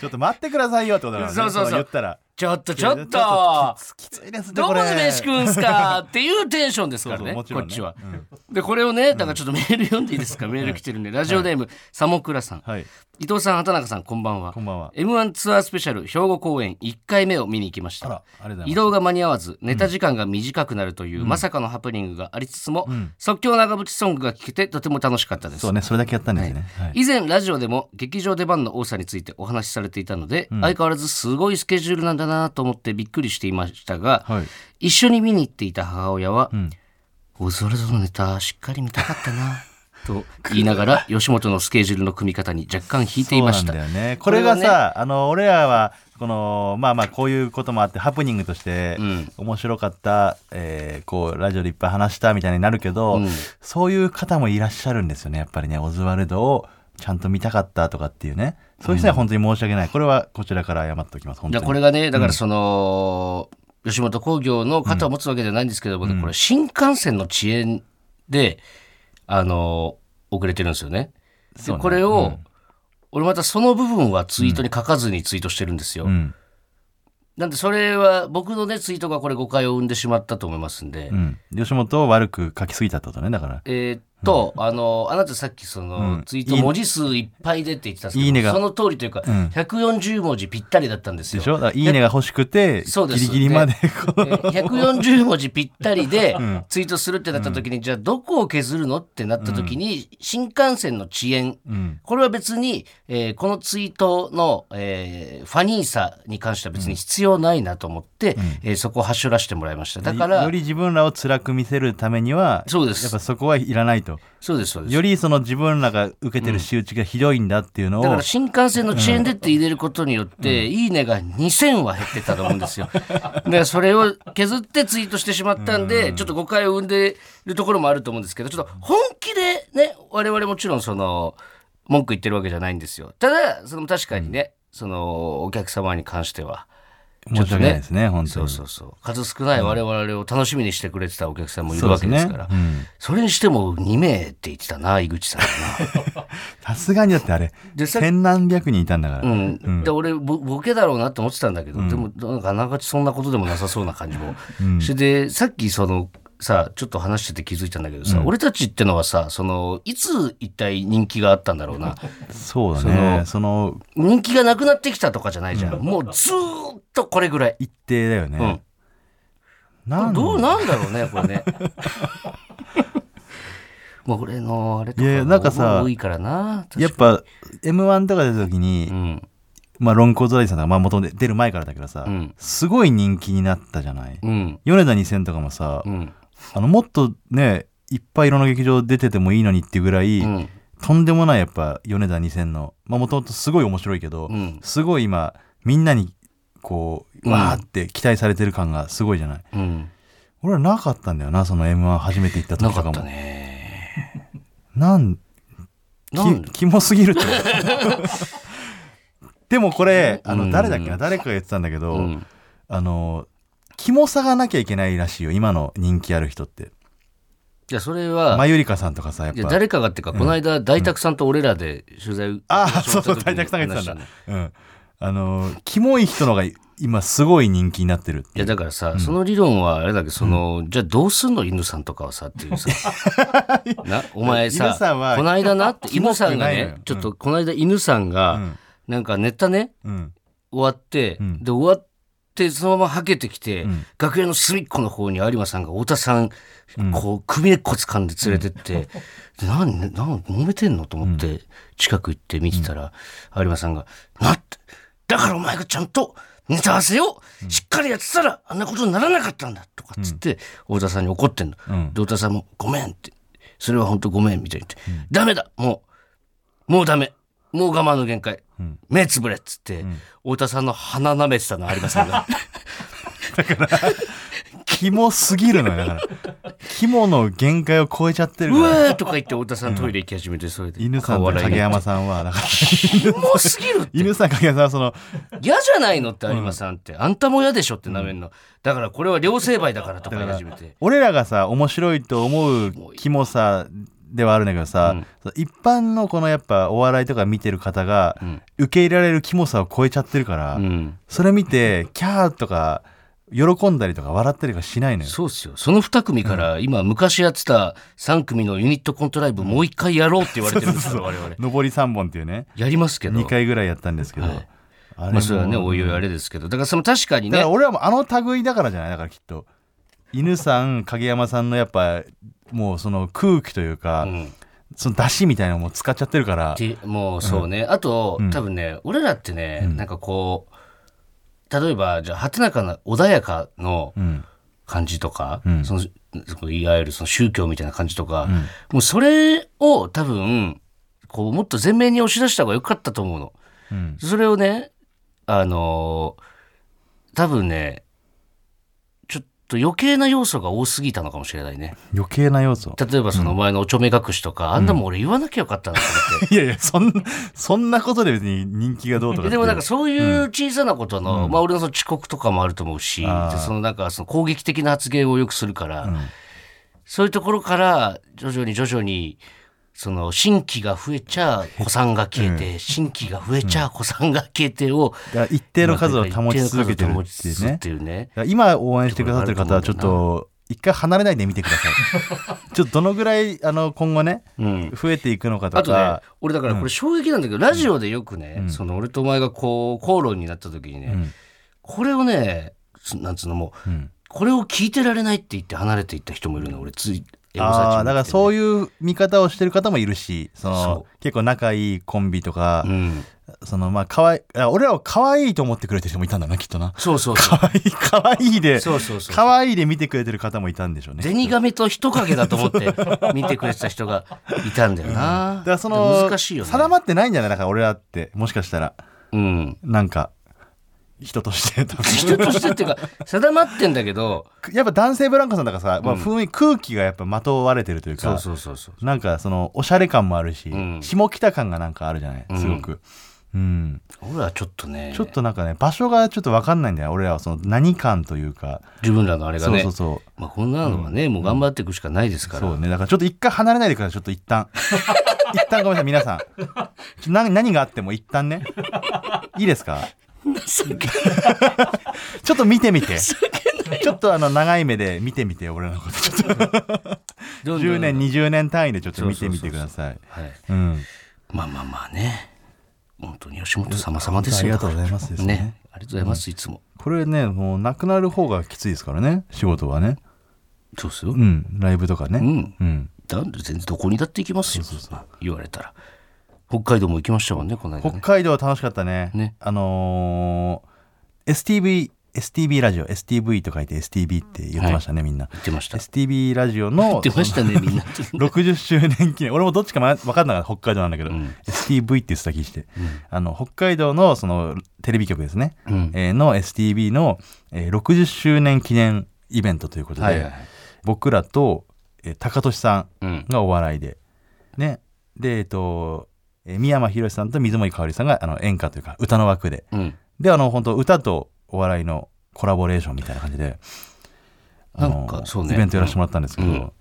Speaker 3: ちょっと待ってくださいよってことだからね
Speaker 2: そうそうそう
Speaker 3: の言ったら
Speaker 2: ちょっとちょっ
Speaker 3: いや
Speaker 2: と
Speaker 3: きつきついですね
Speaker 2: どこ
Speaker 3: れ
Speaker 2: で飯食うんすかっていうテンションですから
Speaker 3: そう
Speaker 2: ね
Speaker 3: そうも
Speaker 2: こ
Speaker 3: ちろん
Speaker 2: っ
Speaker 3: ね
Speaker 2: ちは
Speaker 3: うん
Speaker 2: でこれをねだからちょっとメール読んでいいですかメール来てるんでラジオネームサモクラさん
Speaker 3: はい
Speaker 2: 伊藤さん畑中さんこんばんは
Speaker 3: こんばんは
Speaker 2: M1 ツアースペシャル兵庫公演1回目を見に行きまし
Speaker 3: あら
Speaker 2: た
Speaker 3: ありがとうございます
Speaker 2: 移動が間に合わずネタ時間が短くなるという、まさかのハプニングがありつつも、
Speaker 3: ん
Speaker 2: 即興長渕ソングが聴けてとても楽しかったです、
Speaker 3: そうねそれだけやったんですね、はい
Speaker 2: 以前ラジオでも劇場出番の多さについてお話しされていたので、相変わらずすごいスケジュールなんだなと思ってびっくりしていましたが、
Speaker 3: はい
Speaker 2: 一緒に見に行っていた母親は
Speaker 3: ん
Speaker 2: 「オズワルドのネタしっかり見たかったな」と言いな がら吉本のスケジュールの組み方に若干引いていました
Speaker 3: そうなんだよねこれがさ、
Speaker 2: これ
Speaker 3: あの俺らはこのまあまあこういうこともあってハプニングとして
Speaker 2: ん
Speaker 3: 面白かった、えーこうラジオでいっぱい話したみたいになるけど、
Speaker 2: うん
Speaker 3: そういう方もいらっしゃるんですよねやっぱりねオズワルドをちゃんと見たかったとかっていうねそういう人には本当に申し訳ない、これはこちらから謝っておきます本
Speaker 2: い
Speaker 3: 当
Speaker 2: や
Speaker 3: に
Speaker 2: これがねだからその、吉本興業の肩を持つわけじゃないんですけども、これ新幹線の遅延であの遅れてるんですよね。で
Speaker 3: そうね
Speaker 2: これを、俺またその部分はツイートに書かずにツイートしてるんですよ。
Speaker 3: うん
Speaker 2: なんでそれは僕のねツイートがこれ誤解を生んでしまったと思いますんで、
Speaker 3: うん、吉本を悪く書きすぎたってことねだから
Speaker 2: えーっと、あの、あなたさっきその、ツイート
Speaker 3: いい
Speaker 2: 文字数いっぱいでって言ってたんですけど、
Speaker 3: いいねが
Speaker 2: その通りというか、140文字ぴったりだったんですよ。
Speaker 3: でしょだからいいねが欲しくて
Speaker 2: そうで
Speaker 3: ギ
Speaker 2: す
Speaker 3: リギリまで
Speaker 2: で
Speaker 3: こう
Speaker 2: えー140文字ぴったりでツイートするってなった時に、じゃあどこを削るのってなった時に、新幹線の遅延、これは別に、えーこのツイートの、えーファニーさに関しては別に必要ないなと思って、えーそこを端折らしてもらいましただから
Speaker 3: より自分らを辛く見せるためには
Speaker 2: そうです
Speaker 3: やっぱそこはいらないと
Speaker 2: そうですそうです
Speaker 3: よりその自分らが受けてる仕打ちがひどいんだっていうのを、
Speaker 2: だから新幹線の遅延でって入れることによって、いいねが2000は減ってたと思うんです よ。だからそれを削ってツイートしてしまったんで、ちょっと誤解を生んでるところもあると思うんですけど、ちょっと本気でね、我々もちろんその、文句言ってるわけじゃないんですよ。ただ、その確かにね、そのお客様に関しては、
Speaker 3: 申し訳ないですね本当
Speaker 2: そ
Speaker 3: に
Speaker 2: うそうそう、数少ない我々を楽しみにしてくれてたお客さんもいる
Speaker 3: そう
Speaker 2: わ
Speaker 3: です
Speaker 2: け
Speaker 3: ね
Speaker 2: ですから、そ
Speaker 3: うん
Speaker 2: れにしても2名って言ってたな、井口さんがな。
Speaker 3: さすがにだってあれ
Speaker 2: でさっき
Speaker 3: 千何百人いたんだから、
Speaker 2: うん、で俺ボボケだろうなって思ってたんだけど、でもなんかあながちそんなことでもなさそうな感じも、それでさっきそのさちょっと話してて気づいたんだけどさ、俺たちってのはさそのいつ一体人気があったんだろうな
Speaker 3: そうだねその
Speaker 2: 人気がなくなってきたとかじゃないじゃん、もうずーっとこれぐらい、
Speaker 3: 一定だよ
Speaker 2: う
Speaker 3: ね
Speaker 2: ん、、
Speaker 3: なん
Speaker 2: どうなんだろうねこれね もう俺のあれと
Speaker 3: いやいやなんか
Speaker 2: か
Speaker 3: さ
Speaker 2: も多いからな
Speaker 3: やっぱ m 1とか出た時に、
Speaker 2: うん
Speaker 3: まあ、ロンコーゾライさんとかまあ元で出る前からだけどさ、
Speaker 2: うん
Speaker 3: すごい人気になったじゃない、
Speaker 2: うん
Speaker 3: 米田2000とかもさ、
Speaker 2: うん
Speaker 3: あのもっとねいっぱいいろんな劇場出ててもいいのにっていうぐらい、
Speaker 2: うん
Speaker 3: とんでもないやっぱ米田2000のもともとすごい面白いけど、
Speaker 2: うん
Speaker 3: すごい今みんなにこう
Speaker 2: うん
Speaker 3: わーって期待されてる感がすごいじゃない、
Speaker 2: うん
Speaker 3: 俺はなかったんだよなその m 1初めて行った
Speaker 2: な
Speaker 3: 時
Speaker 2: か
Speaker 3: とか
Speaker 2: っ
Speaker 3: も
Speaker 2: たね
Speaker 3: なん
Speaker 2: なん
Speaker 3: きキモ すぎるとでもこれあ
Speaker 2: う
Speaker 3: の
Speaker 2: ん
Speaker 3: 誰だっけな誰かが言ってたんだけど、
Speaker 2: うん
Speaker 3: あのキモさがなきゃいけないらしいよ今の人気ある人って
Speaker 2: いやそれは、
Speaker 3: まゆりかさんとかさやっ
Speaker 2: いや
Speaker 3: ぱ
Speaker 2: 誰かがっていうか、この間大沢さんと俺らで取材を
Speaker 3: ああ
Speaker 2: し
Speaker 3: そ
Speaker 2: ま
Speaker 3: う
Speaker 2: し
Speaker 3: そ
Speaker 2: た時
Speaker 3: う
Speaker 2: に
Speaker 3: 大沢さんが言ってたんだ
Speaker 2: 話しね、
Speaker 3: うんあのキモい人のが今すごい人気になってるって
Speaker 2: いやだからさ、その理論はあれだけどその、じゃあどうすんの犬さんとかはさって いうさなお前
Speaker 3: 犬
Speaker 2: さ
Speaker 3: さんは
Speaker 2: この間 なって
Speaker 3: キモ
Speaker 2: 犬
Speaker 3: くな
Speaker 2: さ
Speaker 3: いのよ
Speaker 2: んが
Speaker 3: う
Speaker 2: ね
Speaker 3: ん
Speaker 2: ちょっとこの間犬さんが、
Speaker 3: うん
Speaker 2: なんかネタね
Speaker 3: うん
Speaker 2: 終わって、
Speaker 3: うん
Speaker 2: で終わってそのままはけてきて、
Speaker 3: うん
Speaker 2: 楽屋の隅っこの方に有馬さんが太田さん、
Speaker 3: うん
Speaker 2: こう首根っこ掴んで連れてって、 で何何揉めてんのと思って近く行って見てたら、有馬さんが「なってだからお前がちゃんとネタ合わせをしっかりやってたらあんなことにならなかったんだ」とかっつって、太田さんに怒ってんの。
Speaker 3: うん
Speaker 2: で太田さんも「ごめん」って「それは本当ごめん」みたいに言って「ダメだもうもうダメもう我慢の限界、
Speaker 3: うん
Speaker 2: 目つぶれ」っつって、太田さんの鼻舐めてたの有馬さんが。
Speaker 3: キモすぎるのよだからキモの限界を超えちゃってる
Speaker 2: う
Speaker 3: から
Speaker 2: わーとか言って太田さんトイレ行き始めてそれで
Speaker 3: 犬さんと
Speaker 2: 顔
Speaker 3: 影
Speaker 2: 笑い
Speaker 3: 山さんはだから
Speaker 2: キモすぎるって
Speaker 3: 犬さん影山さんはその
Speaker 2: 嫌じゃないのって有馬さんって、あんたも嫌でしょってなめんのだからこれは両成敗だからとか言い始めて
Speaker 3: 俺らがさ面白いと思うキモさではあるんだけどさ、一般のこのやっぱお笑いとか見てる方が
Speaker 2: ん
Speaker 3: 受け入れられるキモさを超えちゃってるから、
Speaker 2: うん
Speaker 3: それ見てキャーとか喜んだりとか笑ったりとかしないのよ
Speaker 2: そうっすよその2組から今昔やってた3組のユニットコントライブもう一回やろうって言われてるんですよ我々
Speaker 3: 上り3本っていうね
Speaker 2: やりますけど
Speaker 3: 2回ぐらいやったんですけど、
Speaker 2: はい
Speaker 3: あ
Speaker 2: まあそれはね
Speaker 3: もう
Speaker 2: おいおいあれですけどだからその確かに
Speaker 3: だ
Speaker 2: ね
Speaker 3: から俺はもうあの類だからじゃないだからきっと犬さん影山さんのやっぱもうその空気というか、
Speaker 2: うん
Speaker 3: その出汁みたいなのも使っちゃってるから
Speaker 2: でもうそうね、あと、多分ね俺らってね、なんかこう例えばじゃあはてなかな穏やかの
Speaker 3: うん
Speaker 2: 感じとか、
Speaker 3: ん
Speaker 2: そのそのいわゆるその宗教みたいな感じとか、もうそれを多分こうもっと前面に押し出した方が良かったと思うの。
Speaker 3: うん
Speaker 2: それをねあのー多分ねちょっと余計な要素が多すぎたのかもしれないね。
Speaker 3: 余計な要 素
Speaker 2: 例えばその前のおちょめ隠しとか、あんなもん俺言わなきゃよかったなと思って。
Speaker 3: いやいやそんなそんなことで別に人気がどうとか
Speaker 2: でもなんか
Speaker 3: って
Speaker 2: そういう小さなことの、まあ俺のその遅刻とかもあると思うし、
Speaker 3: あー
Speaker 2: でそのなんかその攻撃的な発言をよくするから、
Speaker 3: ん
Speaker 2: そういうところから徐々に徐々にその新規が増えちゃ子さんが消えて、新規が増えちゃ子さんが消えてを、
Speaker 3: だから一定の数を保ち続けてる
Speaker 2: 一定の数を保
Speaker 3: って
Speaker 2: ち
Speaker 3: いう
Speaker 2: 続けて
Speaker 3: ね
Speaker 2: るっていうね
Speaker 3: いや今応援してくださってる方はちょっと一回離れないで見てくださいちょっとどのぐらいあの今後ね、増えていくのかと
Speaker 2: あとね
Speaker 3: か、
Speaker 2: 俺だからこれ衝撃なんだけど、ラジオでよくね、その俺とお前がこう、口論になった時にね、これをね、つなんつうのもう、これを聞いてられないって言って離れていった人もいるの、俺つい、エゴサーチ
Speaker 3: ああ
Speaker 2: 見て
Speaker 3: だからそういう見方をしてる方もいるしその
Speaker 2: そ
Speaker 3: 結構仲いいコンビとか、
Speaker 2: うん。
Speaker 3: そのまあ可愛いあ俺らを可愛いと思ってくれてる人もいたんだなきっとな
Speaker 2: そうそうそう。
Speaker 3: 可愛い可愛いで
Speaker 2: そうそうそう
Speaker 3: 可愛いで見てくれてる方もいたんでしょうね
Speaker 2: ゼニガメと人影だと思って見てくれてた人がいたんだよな。
Speaker 3: だからその
Speaker 2: 難しいよね。
Speaker 3: 定まってないんじゃないだから俺らってもしかしたら
Speaker 2: うん。
Speaker 3: なんか人として多分
Speaker 2: 人としてっていうか、定まってんだけど、
Speaker 3: やっぱ男性ブランコさんだからさ、まあ、雰囲気空気がやっぱまとわれてるという
Speaker 2: そう
Speaker 3: か
Speaker 2: そうそうそう。
Speaker 3: なんかそのおしゃれ感もあるし、
Speaker 2: ん
Speaker 3: 下北感がなんかあるじゃないすごく、うん
Speaker 2: 俺はちょっとね、
Speaker 3: ちょっとなんかね場所がちょっと分かんないんだよ俺らはその何感というか、
Speaker 2: 自分らのあれが
Speaker 3: そう
Speaker 2: ね
Speaker 3: そう、そう
Speaker 2: まあこんなのはね、もう頑張っていくしかないですから。
Speaker 3: そうねだからちょっと一回離れないでくださいちょっと一 旦一旦ごめんなさい皆さんちょっと何何があっても一旦ねいいですか ちょっと見てみてちょっとあの長い目で見てみて俺のことちょっ
Speaker 2: ど
Speaker 3: と
Speaker 2: んどん
Speaker 3: 10年20年単位でちょっと見てみてください
Speaker 2: はい。
Speaker 3: うん
Speaker 2: まあまあまあね。本当に吉本様様ですよ。
Speaker 3: ありがとうございますですね
Speaker 2: ねありがとうございます、いつも。
Speaker 3: これねもうなくなる方がきついですからね仕事はね
Speaker 2: そうっすよ。う。
Speaker 3: うんんライブとかねうん
Speaker 2: だんで全然どこにだって行きますよ。言われたら。北海道も行きましたもんね、この間
Speaker 3: 北
Speaker 2: ね。
Speaker 3: 海道楽しかったね
Speaker 2: ね
Speaker 3: あのー STV STV ラジオ STV と書いて STV って言ってましたね、みんな
Speaker 2: 行ってました。行
Speaker 3: STV ラジオの
Speaker 2: ってました ね、みんな。
Speaker 3: その60周年記念俺もどっちかま分かんなかった北海道なんだけど、STV って先して、あの北海道のそのテレビ局ですね、
Speaker 2: うん
Speaker 3: えーの STV の、えー60周年記念イベントということで、
Speaker 2: はいはいはい
Speaker 3: 僕らと、えー、高俊さ
Speaker 2: うん
Speaker 3: んがお笑いで、ねでえっ、と、えー、三山ひろしさんと水森かおりさんがあの演歌というか歌の枠で
Speaker 2: うん。
Speaker 3: であの本当歌とお笑いのコラボレーションみたいな感じであの
Speaker 2: なんかそうね
Speaker 3: イベントやらせてもらったんですけど、
Speaker 2: うん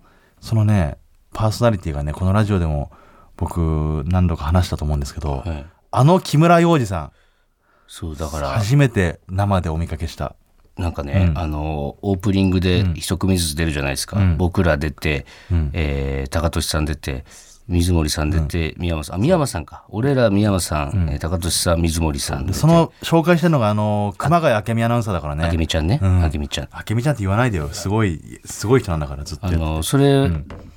Speaker 3: そのねパーソナリティがねこのラジオでも僕何度か話したと思うんですけど、
Speaker 2: はい。
Speaker 3: あの木村洋二さ
Speaker 2: そう、だ
Speaker 3: ん
Speaker 2: から、
Speaker 3: 初めて生でお見かけした
Speaker 2: なんかね、
Speaker 3: うん
Speaker 2: あのオープニングで一組ずつ出るじゃないですか、
Speaker 3: うん
Speaker 2: 僕ら出て、
Speaker 3: うん
Speaker 2: えー高俊さん出て水森さん出て、宮山さんあ宮山さんか俺ら宮山さん、えー高俊さん水森さん出て
Speaker 3: その紹介してるのがあの熊谷明美アナウンサーだから
Speaker 2: あけ
Speaker 3: ね
Speaker 2: みちゃんね、
Speaker 3: うん
Speaker 2: あけみちゃん
Speaker 3: 明美ちゃんって言わないでよすごいすごい人なんだからずっと
Speaker 2: あのそれ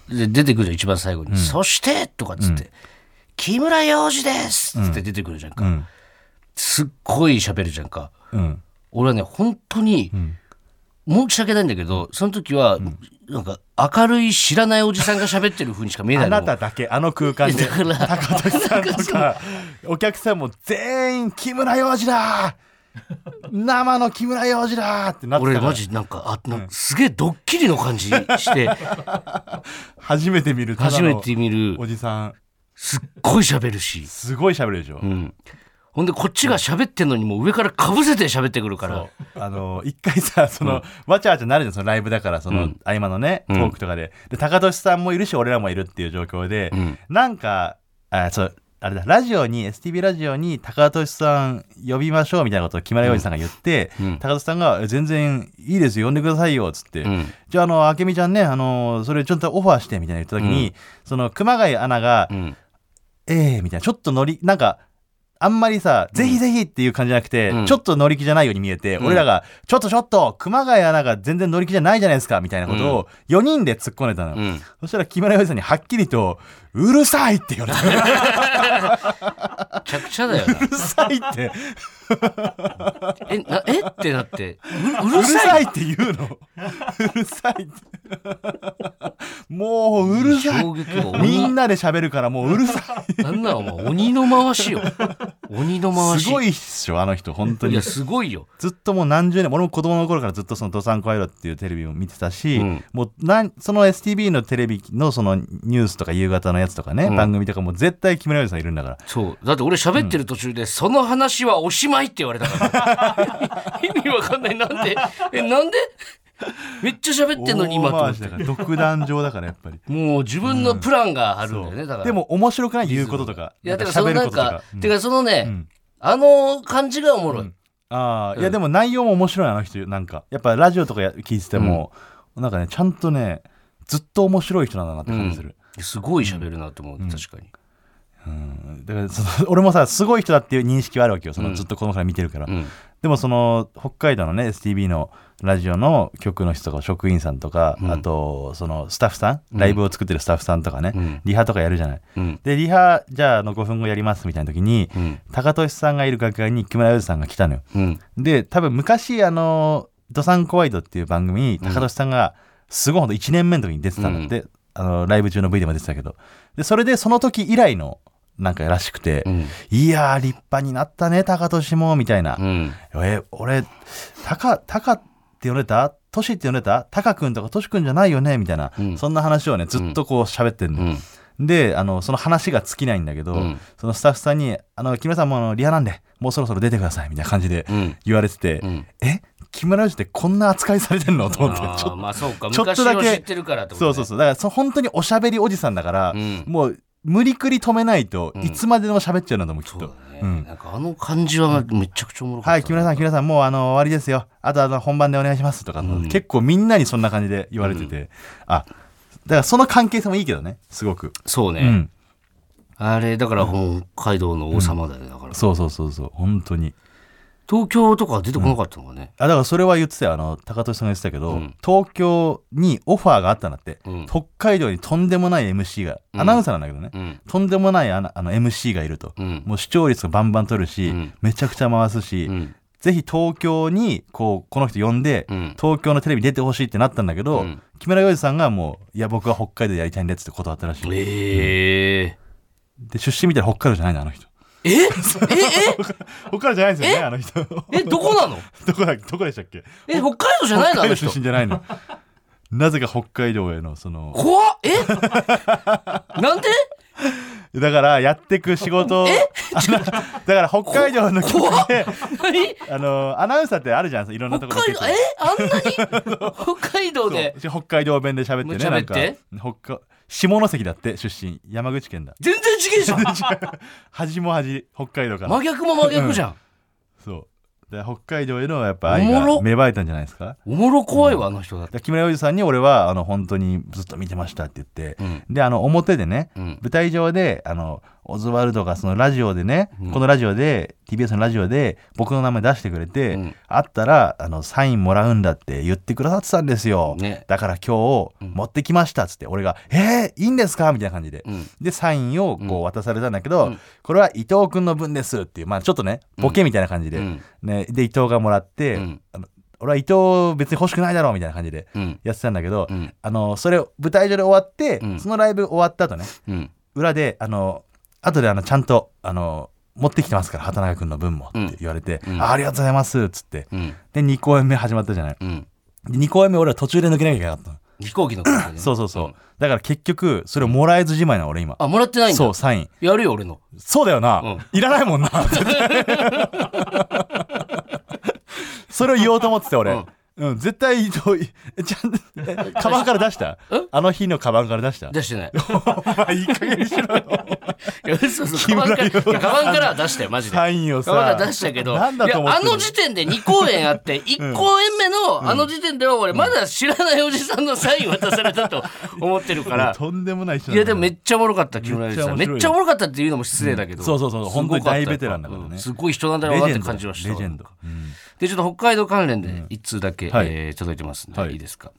Speaker 2: で出てくるじゃん一番最後に「そして」とかっつって「木村洋二です」っつって出てくるじゃんか、
Speaker 3: うん
Speaker 2: すっごい喋るじゃんか
Speaker 3: うん
Speaker 2: 俺はね本当に、申し訳ないんだけどその時は、なんか明るい知らないおじさんが喋ってる風にしか見えな
Speaker 3: あ
Speaker 2: いの
Speaker 3: なただけあの空間で
Speaker 2: だから
Speaker 3: 高俊さんとかお客さんも全員木村洋二だ生の木村洋二だってなって
Speaker 2: 俺
Speaker 3: たか
Speaker 2: マ
Speaker 3: ら
Speaker 2: ジなんかあなんかすげえドッキリの感じして
Speaker 3: 初めて見るただの
Speaker 2: 初めて見る
Speaker 3: おじさん
Speaker 2: すっごい喋るし、
Speaker 3: すごい喋るでしょ、
Speaker 2: うん、ほんでこっちが喋ってんのにもう上からかぶせて喋ってくるから
Speaker 3: あの一回さその、わちゃわちゃなるじゃんそのライブだからその、合間のねトークとかでで高俊さんもいるし俺らもいるっていう状況で、
Speaker 2: ん
Speaker 3: なんかあそうあれだラジオに STV ラジオに高俊さん呼びましょうみたいなことを木村洋二さんが言って、
Speaker 2: うん
Speaker 3: 高俊さんがえ「全然いいですよ呼んでくださいよ」っつって、
Speaker 2: うん
Speaker 3: じゃああの明美ちゃんねあのそれちょっとオファーしてみたいな言った時に、その熊谷アナが「
Speaker 2: うん
Speaker 3: ええみたいなちょっとノリなんかあんまりさ、ぜひぜひっていう感じじゃなくて、
Speaker 2: うん
Speaker 3: ちょっと乗り気じゃないように見えて、
Speaker 2: うん
Speaker 3: 俺らが、ちょっとちょっと、熊谷アナが全然乗り気じゃないじゃないですか、みたいなことを4人で突っ込んでたの。
Speaker 2: うん
Speaker 3: そしたら木村洋二さんにはっきりと、うるさいって言われた。 う
Speaker 2: めちゃくちゃだよな
Speaker 3: るさ いって、
Speaker 2: えなえってなってうう
Speaker 3: う
Speaker 2: る
Speaker 3: る
Speaker 2: さ
Speaker 3: さ
Speaker 2: い
Speaker 3: いって言うの。うるさいって。もううるさい
Speaker 2: 衝。撃が
Speaker 3: み
Speaker 2: 鬼
Speaker 3: んなで喋るからもううるさ
Speaker 2: なんなのお前鬼の回しよ鬼の回
Speaker 3: い。
Speaker 2: し
Speaker 3: すごいっしょ、あの人、本当
Speaker 2: い
Speaker 3: に
Speaker 2: や。すごいよ
Speaker 3: ずっともう何十年俺も子供の頃からずっとその「ドサンコアイロ」っていうテレビを見てたし、
Speaker 2: うん
Speaker 3: もうなんその STV のテレビのそのニュースとか夕方のやつとかね、
Speaker 2: うん
Speaker 3: 番組とかもう絶対木村洋二さんいるんだから
Speaker 2: そうだって俺喋ってる途中で、その 話はおしまいって言われたから意味わかんないなんでえなんでめっちゃ喋ってんのに今と思
Speaker 3: 大
Speaker 2: っ
Speaker 3: 回
Speaker 2: て
Speaker 3: しだから独壇場だからやっ ぱり
Speaker 2: もう自分のプランがあるんだよ
Speaker 3: そ
Speaker 2: ね、
Speaker 3: う
Speaker 2: だから。
Speaker 3: でも、面白くない言うこととか
Speaker 2: いや、
Speaker 3: な
Speaker 2: だか
Speaker 3: んから
Speaker 2: その
Speaker 3: 喋る
Speaker 2: な
Speaker 3: こ
Speaker 2: ん
Speaker 3: とと
Speaker 2: か
Speaker 3: か、うん
Speaker 2: てかそのね、
Speaker 3: ん
Speaker 2: あの感じがおもろい。
Speaker 3: ああいやでも内容も面白いなあの人なんかやっぱラジオとかや聞いてても、なんかねちゃんとねずっと面白い人なんだなって感じする、
Speaker 2: すごい喋るなと思う、確かに。
Speaker 3: だからその俺もさすごい人だっていう認識はあるわけよその、
Speaker 2: うん
Speaker 3: ずっとこのから見てるから、
Speaker 2: うん。
Speaker 3: でもその北海道のね STB のラジオの局の人とか職員さんとか、
Speaker 2: うん
Speaker 3: あとそのスタッフさんライブを作ってるスタッフさんとかね、
Speaker 2: うん
Speaker 3: リハとかやるじゃない
Speaker 2: うん。
Speaker 3: でリハじゃああの5分後やりますみたいな時に、
Speaker 2: うん。
Speaker 3: 高俊さんがいる楽屋に木村祐二さんが来たのよ
Speaker 2: うん。
Speaker 3: で多分昔あの「ドサンコワイド」っていう番組に高俊さんがすごいほんと1年目の時に出てたので、あのライブ中の V でも出てたけどでそれでその時以来のなんからしくて、
Speaker 2: うん。
Speaker 3: いやー立派になったね高俊もみたいな、
Speaker 2: うん。
Speaker 3: え俺タカタカって呼んでたトシって呼んでたタカ君とかトシ君じゃないよねみたいな、
Speaker 2: うん
Speaker 3: そんな話をねずっとこう喋ってんの、
Speaker 2: うん。
Speaker 3: であのその話が尽きないんだけど、
Speaker 2: うん
Speaker 3: そのスタッフさんに「あの木村さんもあのリハなんでもうそろそろ出てください」みたいな感じで
Speaker 2: うん。
Speaker 3: 言われてて「
Speaker 2: うん
Speaker 3: え木村祐二ってこんな扱いされてんの?」と思って
Speaker 2: あ
Speaker 3: ち
Speaker 2: ー
Speaker 3: ょっ
Speaker 2: まあそうか
Speaker 3: ちょっ
Speaker 2: 昔
Speaker 3: とだけ
Speaker 2: を知ってるからって
Speaker 3: と
Speaker 2: こと
Speaker 3: そう
Speaker 2: ね
Speaker 3: そうそうだからそ本当におしゃべりおじさんだから、
Speaker 2: うん
Speaker 3: もう無理くり止めないと
Speaker 2: うん
Speaker 3: いつまででも喋っちゃうなと思うきっと。
Speaker 2: そうだね
Speaker 3: うん
Speaker 2: なんかあの感じはめちゃくちゃおもろかった
Speaker 3: はい、木村さん、木村さん、もうあの終わりですよ。あとあの本番でお願いしますとか、
Speaker 2: うん
Speaker 3: 結構みんなにそんな感じで言われてて、あ、だからその関係性もいいけどね、すごく。
Speaker 2: そう
Speaker 3: う
Speaker 2: ね
Speaker 3: ん、
Speaker 2: あれだから北海道の王様だよねだから
Speaker 3: そうそうそうそう、本当に。
Speaker 2: 東京とかは出てこなかったのかね
Speaker 3: あ、だからそれは言ってたよ、あの高俊さんが言ってたけど、
Speaker 2: うん
Speaker 3: 東京にオファーがあったんだって、
Speaker 2: うん
Speaker 3: 北海道にとんでもない MC が、
Speaker 2: うん
Speaker 3: アナウンサーなんだけどね、
Speaker 2: うん
Speaker 3: とんでもないあのあの MC がいると。
Speaker 2: うん
Speaker 3: もう視聴率がバンバン取るし、
Speaker 2: うん
Speaker 3: めちゃくちゃ回すし、
Speaker 2: うん
Speaker 3: ぜひ東京にこうこの人呼んで、
Speaker 2: うん
Speaker 3: 東京のテレビ出てほしいってなったんだけど、
Speaker 2: うん
Speaker 3: 木村洋二さんがもう「いや僕は北海道でやりたいんで」っつって断ったらしい
Speaker 2: ええ
Speaker 3: で出身見たら北海道じゃないのあの人
Speaker 2: えええ
Speaker 3: 北海道じゃないですよねあの人 ど
Speaker 2: えどこなの
Speaker 3: こだどこでしたっけ
Speaker 2: え北海道じゃないの
Speaker 3: 北
Speaker 2: あの
Speaker 3: 海道
Speaker 2: 人
Speaker 3: 出身じゃない のなぜか北海道へのその
Speaker 2: 怖っえ なんで
Speaker 3: だからやってく仕事をあのだから北海道の曲で
Speaker 2: 何
Speaker 3: あのアナウンサーってあるじゃんいろんな
Speaker 2: 北
Speaker 3: とこ
Speaker 2: 海
Speaker 3: ろで
Speaker 2: 道えあんなに北海道で
Speaker 3: そう北海道弁で喋ってね
Speaker 2: 喋って
Speaker 3: なんか北海下関だって出身山口 県だ
Speaker 2: 全然違えじゃん
Speaker 3: 恥も恥北海道から、
Speaker 2: 真逆も真逆じゃん
Speaker 3: そうで北海道へのやっぱ愛
Speaker 2: おもろ
Speaker 3: が芽生えたんじゃないですか
Speaker 2: おもろ怖いわあの人だって
Speaker 3: で木村洋二さんに俺はあの本当にずっと見てましたって言って、
Speaker 2: うん
Speaker 3: であの表でね、
Speaker 2: うん
Speaker 3: 舞台上であのオズワルドがそのラジオでね、
Speaker 2: うん
Speaker 3: このラジオで TBS のラジオで僕の名前出してくれて、
Speaker 2: うん
Speaker 3: 会ったらあのサインもらうんだって言ってくださってたんですよ、
Speaker 2: ね
Speaker 3: だから今日持ってきましたっつって俺が「えー、いいんですか?」みたいな感じで、
Speaker 2: うん
Speaker 3: でサインをこう渡されたんだけど、
Speaker 2: うん
Speaker 3: これは伊藤君の分ですっていうまあちょっとねボケみたいな感じで、
Speaker 2: うん
Speaker 3: ね、で伊藤がもらって、
Speaker 2: うん
Speaker 3: あの俺は伊藤別に欲しくないだろうみたいな感じで
Speaker 2: うん
Speaker 3: やってたんだけど、
Speaker 2: うん
Speaker 3: あのそれを舞台上で終わって、
Speaker 2: うん
Speaker 3: そのライブ終わった後ね
Speaker 2: うん
Speaker 3: 裏であの後であのちゃんとあの持ってきてますから畑中君の分もって言われて、
Speaker 2: うんうん
Speaker 3: あありがとうございますっつって
Speaker 2: うん
Speaker 3: で2公演目始まったじゃない
Speaker 2: うん
Speaker 3: で2公演目俺は途中で抜けなきゃいけなかったの
Speaker 2: 飛行機の感じでね
Speaker 3: そうそうそう。だから結局、それをもらえずじまいなの、俺今。
Speaker 2: あもらってないん
Speaker 3: そ
Speaker 2: だ
Speaker 3: う、サイン。
Speaker 2: やるよ俺の
Speaker 3: そうだよな。いらないもん な。それを言おうと思ってて、俺。
Speaker 2: う
Speaker 3: うんん絶対伊藤、えちゃんえ、カバンから出したあの日のカバンから出した
Speaker 2: 出してない
Speaker 3: お前、いい加減にしろよ。
Speaker 2: いやそう そうカバンからいやカバンからは出したよマジで
Speaker 3: サインを
Speaker 2: カバン
Speaker 3: さ
Speaker 2: から出したけど
Speaker 3: なんだと思って
Speaker 2: い
Speaker 3: ん
Speaker 2: やあの時点で2公演あって1公演目のあの時点では俺まだ知らないおじさんのサイン渡されたと思ってるから
Speaker 3: とんでもない人
Speaker 2: いやでもめ
Speaker 3: っち
Speaker 2: っちゃおもろかった木村さんめ
Speaker 3: めっちゃ面白い
Speaker 2: っちゃおもろかったっていうのも失礼だけど、
Speaker 3: うんそうそうそう本当に大ベテランだからね
Speaker 2: うんすごい人なんだ
Speaker 3: ゃ
Speaker 2: ろうなって感じはした
Speaker 3: レジェンド。うん
Speaker 2: でちょっと北海道関連で一通だけ、
Speaker 3: はい
Speaker 2: えー届いてますんで、
Speaker 3: はい
Speaker 2: い、いですか、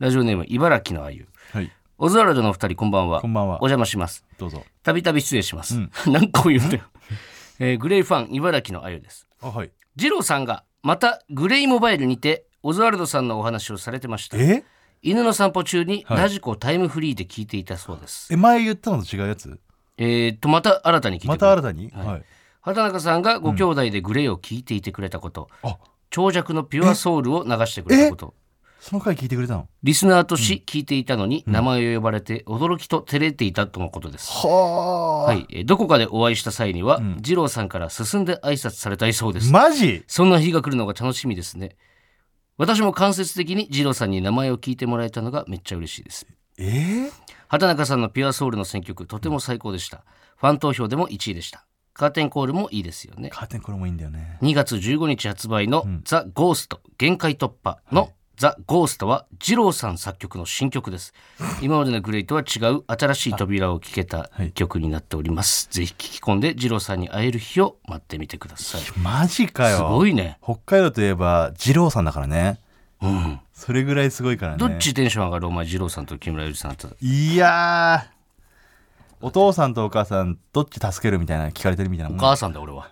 Speaker 2: ラジオネーム茨城のあゆ
Speaker 3: はい。
Speaker 2: オズワルドのお二人こんばんは
Speaker 3: こんばんは
Speaker 2: お邪魔します
Speaker 3: どうぞ。
Speaker 2: たびたび失礼します、 何個言うんだよ、えーグレイファン茨城のあゆです
Speaker 3: あ、はい。
Speaker 2: ジローさんがまたグレイモバイルにてオズワルドさんのお話をされてました
Speaker 3: え
Speaker 2: 犬の散歩中に
Speaker 3: はい
Speaker 2: ラジコをタイムフリーで聞いていたそうです、
Speaker 3: え、前言ったのと違うやつ
Speaker 2: えーっとまた新たに聞いてくれ
Speaker 3: また新たにはい。
Speaker 2: 畑中さんがご兄弟でグレーを聞いていてくれたこと、
Speaker 3: あ、
Speaker 2: 長尺のピュアソウルを流してくれたこと
Speaker 3: その回聞いてくれたの
Speaker 2: リスナーとし聞いていたのに名前を呼ばれて驚きと照れていたとのことです、
Speaker 3: は
Speaker 2: はい、えーどこかでお会いした際には、二郎さんから進んで挨拶されたいそうです
Speaker 3: マジ
Speaker 2: そんな日が来るのが楽しみですね私も間接的に二郎さんに名前を聞いてもらえたのがめっちゃ嬉しいです
Speaker 3: えー、
Speaker 2: 畑中さんのピュアソウルの選曲とても最高でした、ファン投票でも1位でしたカーテンコールもいいですよね
Speaker 3: カーテンこれもいいんだよね
Speaker 2: 2月15日発売の「ザ・ゴースト限界突破」の「ザ・ゴーストは二郎さん作曲の新曲 です今までのグレイとは違う新しい扉を聴けた曲になっております、ぜひ聴き込んで二郎さんに会える日を待ってみてくださいす
Speaker 3: マジかよ
Speaker 2: ごいね
Speaker 3: 北海道といえば二郎さんだからね
Speaker 2: うん
Speaker 3: それぐらいすごいからね
Speaker 2: どっちテンション上がるお前二郎さんと木村ゆりさんだったら
Speaker 3: いやーお父さんとお母さんどっち助けるみたいな聞かれてるみたいなも
Speaker 2: お
Speaker 3: ん
Speaker 2: 母さんだ俺は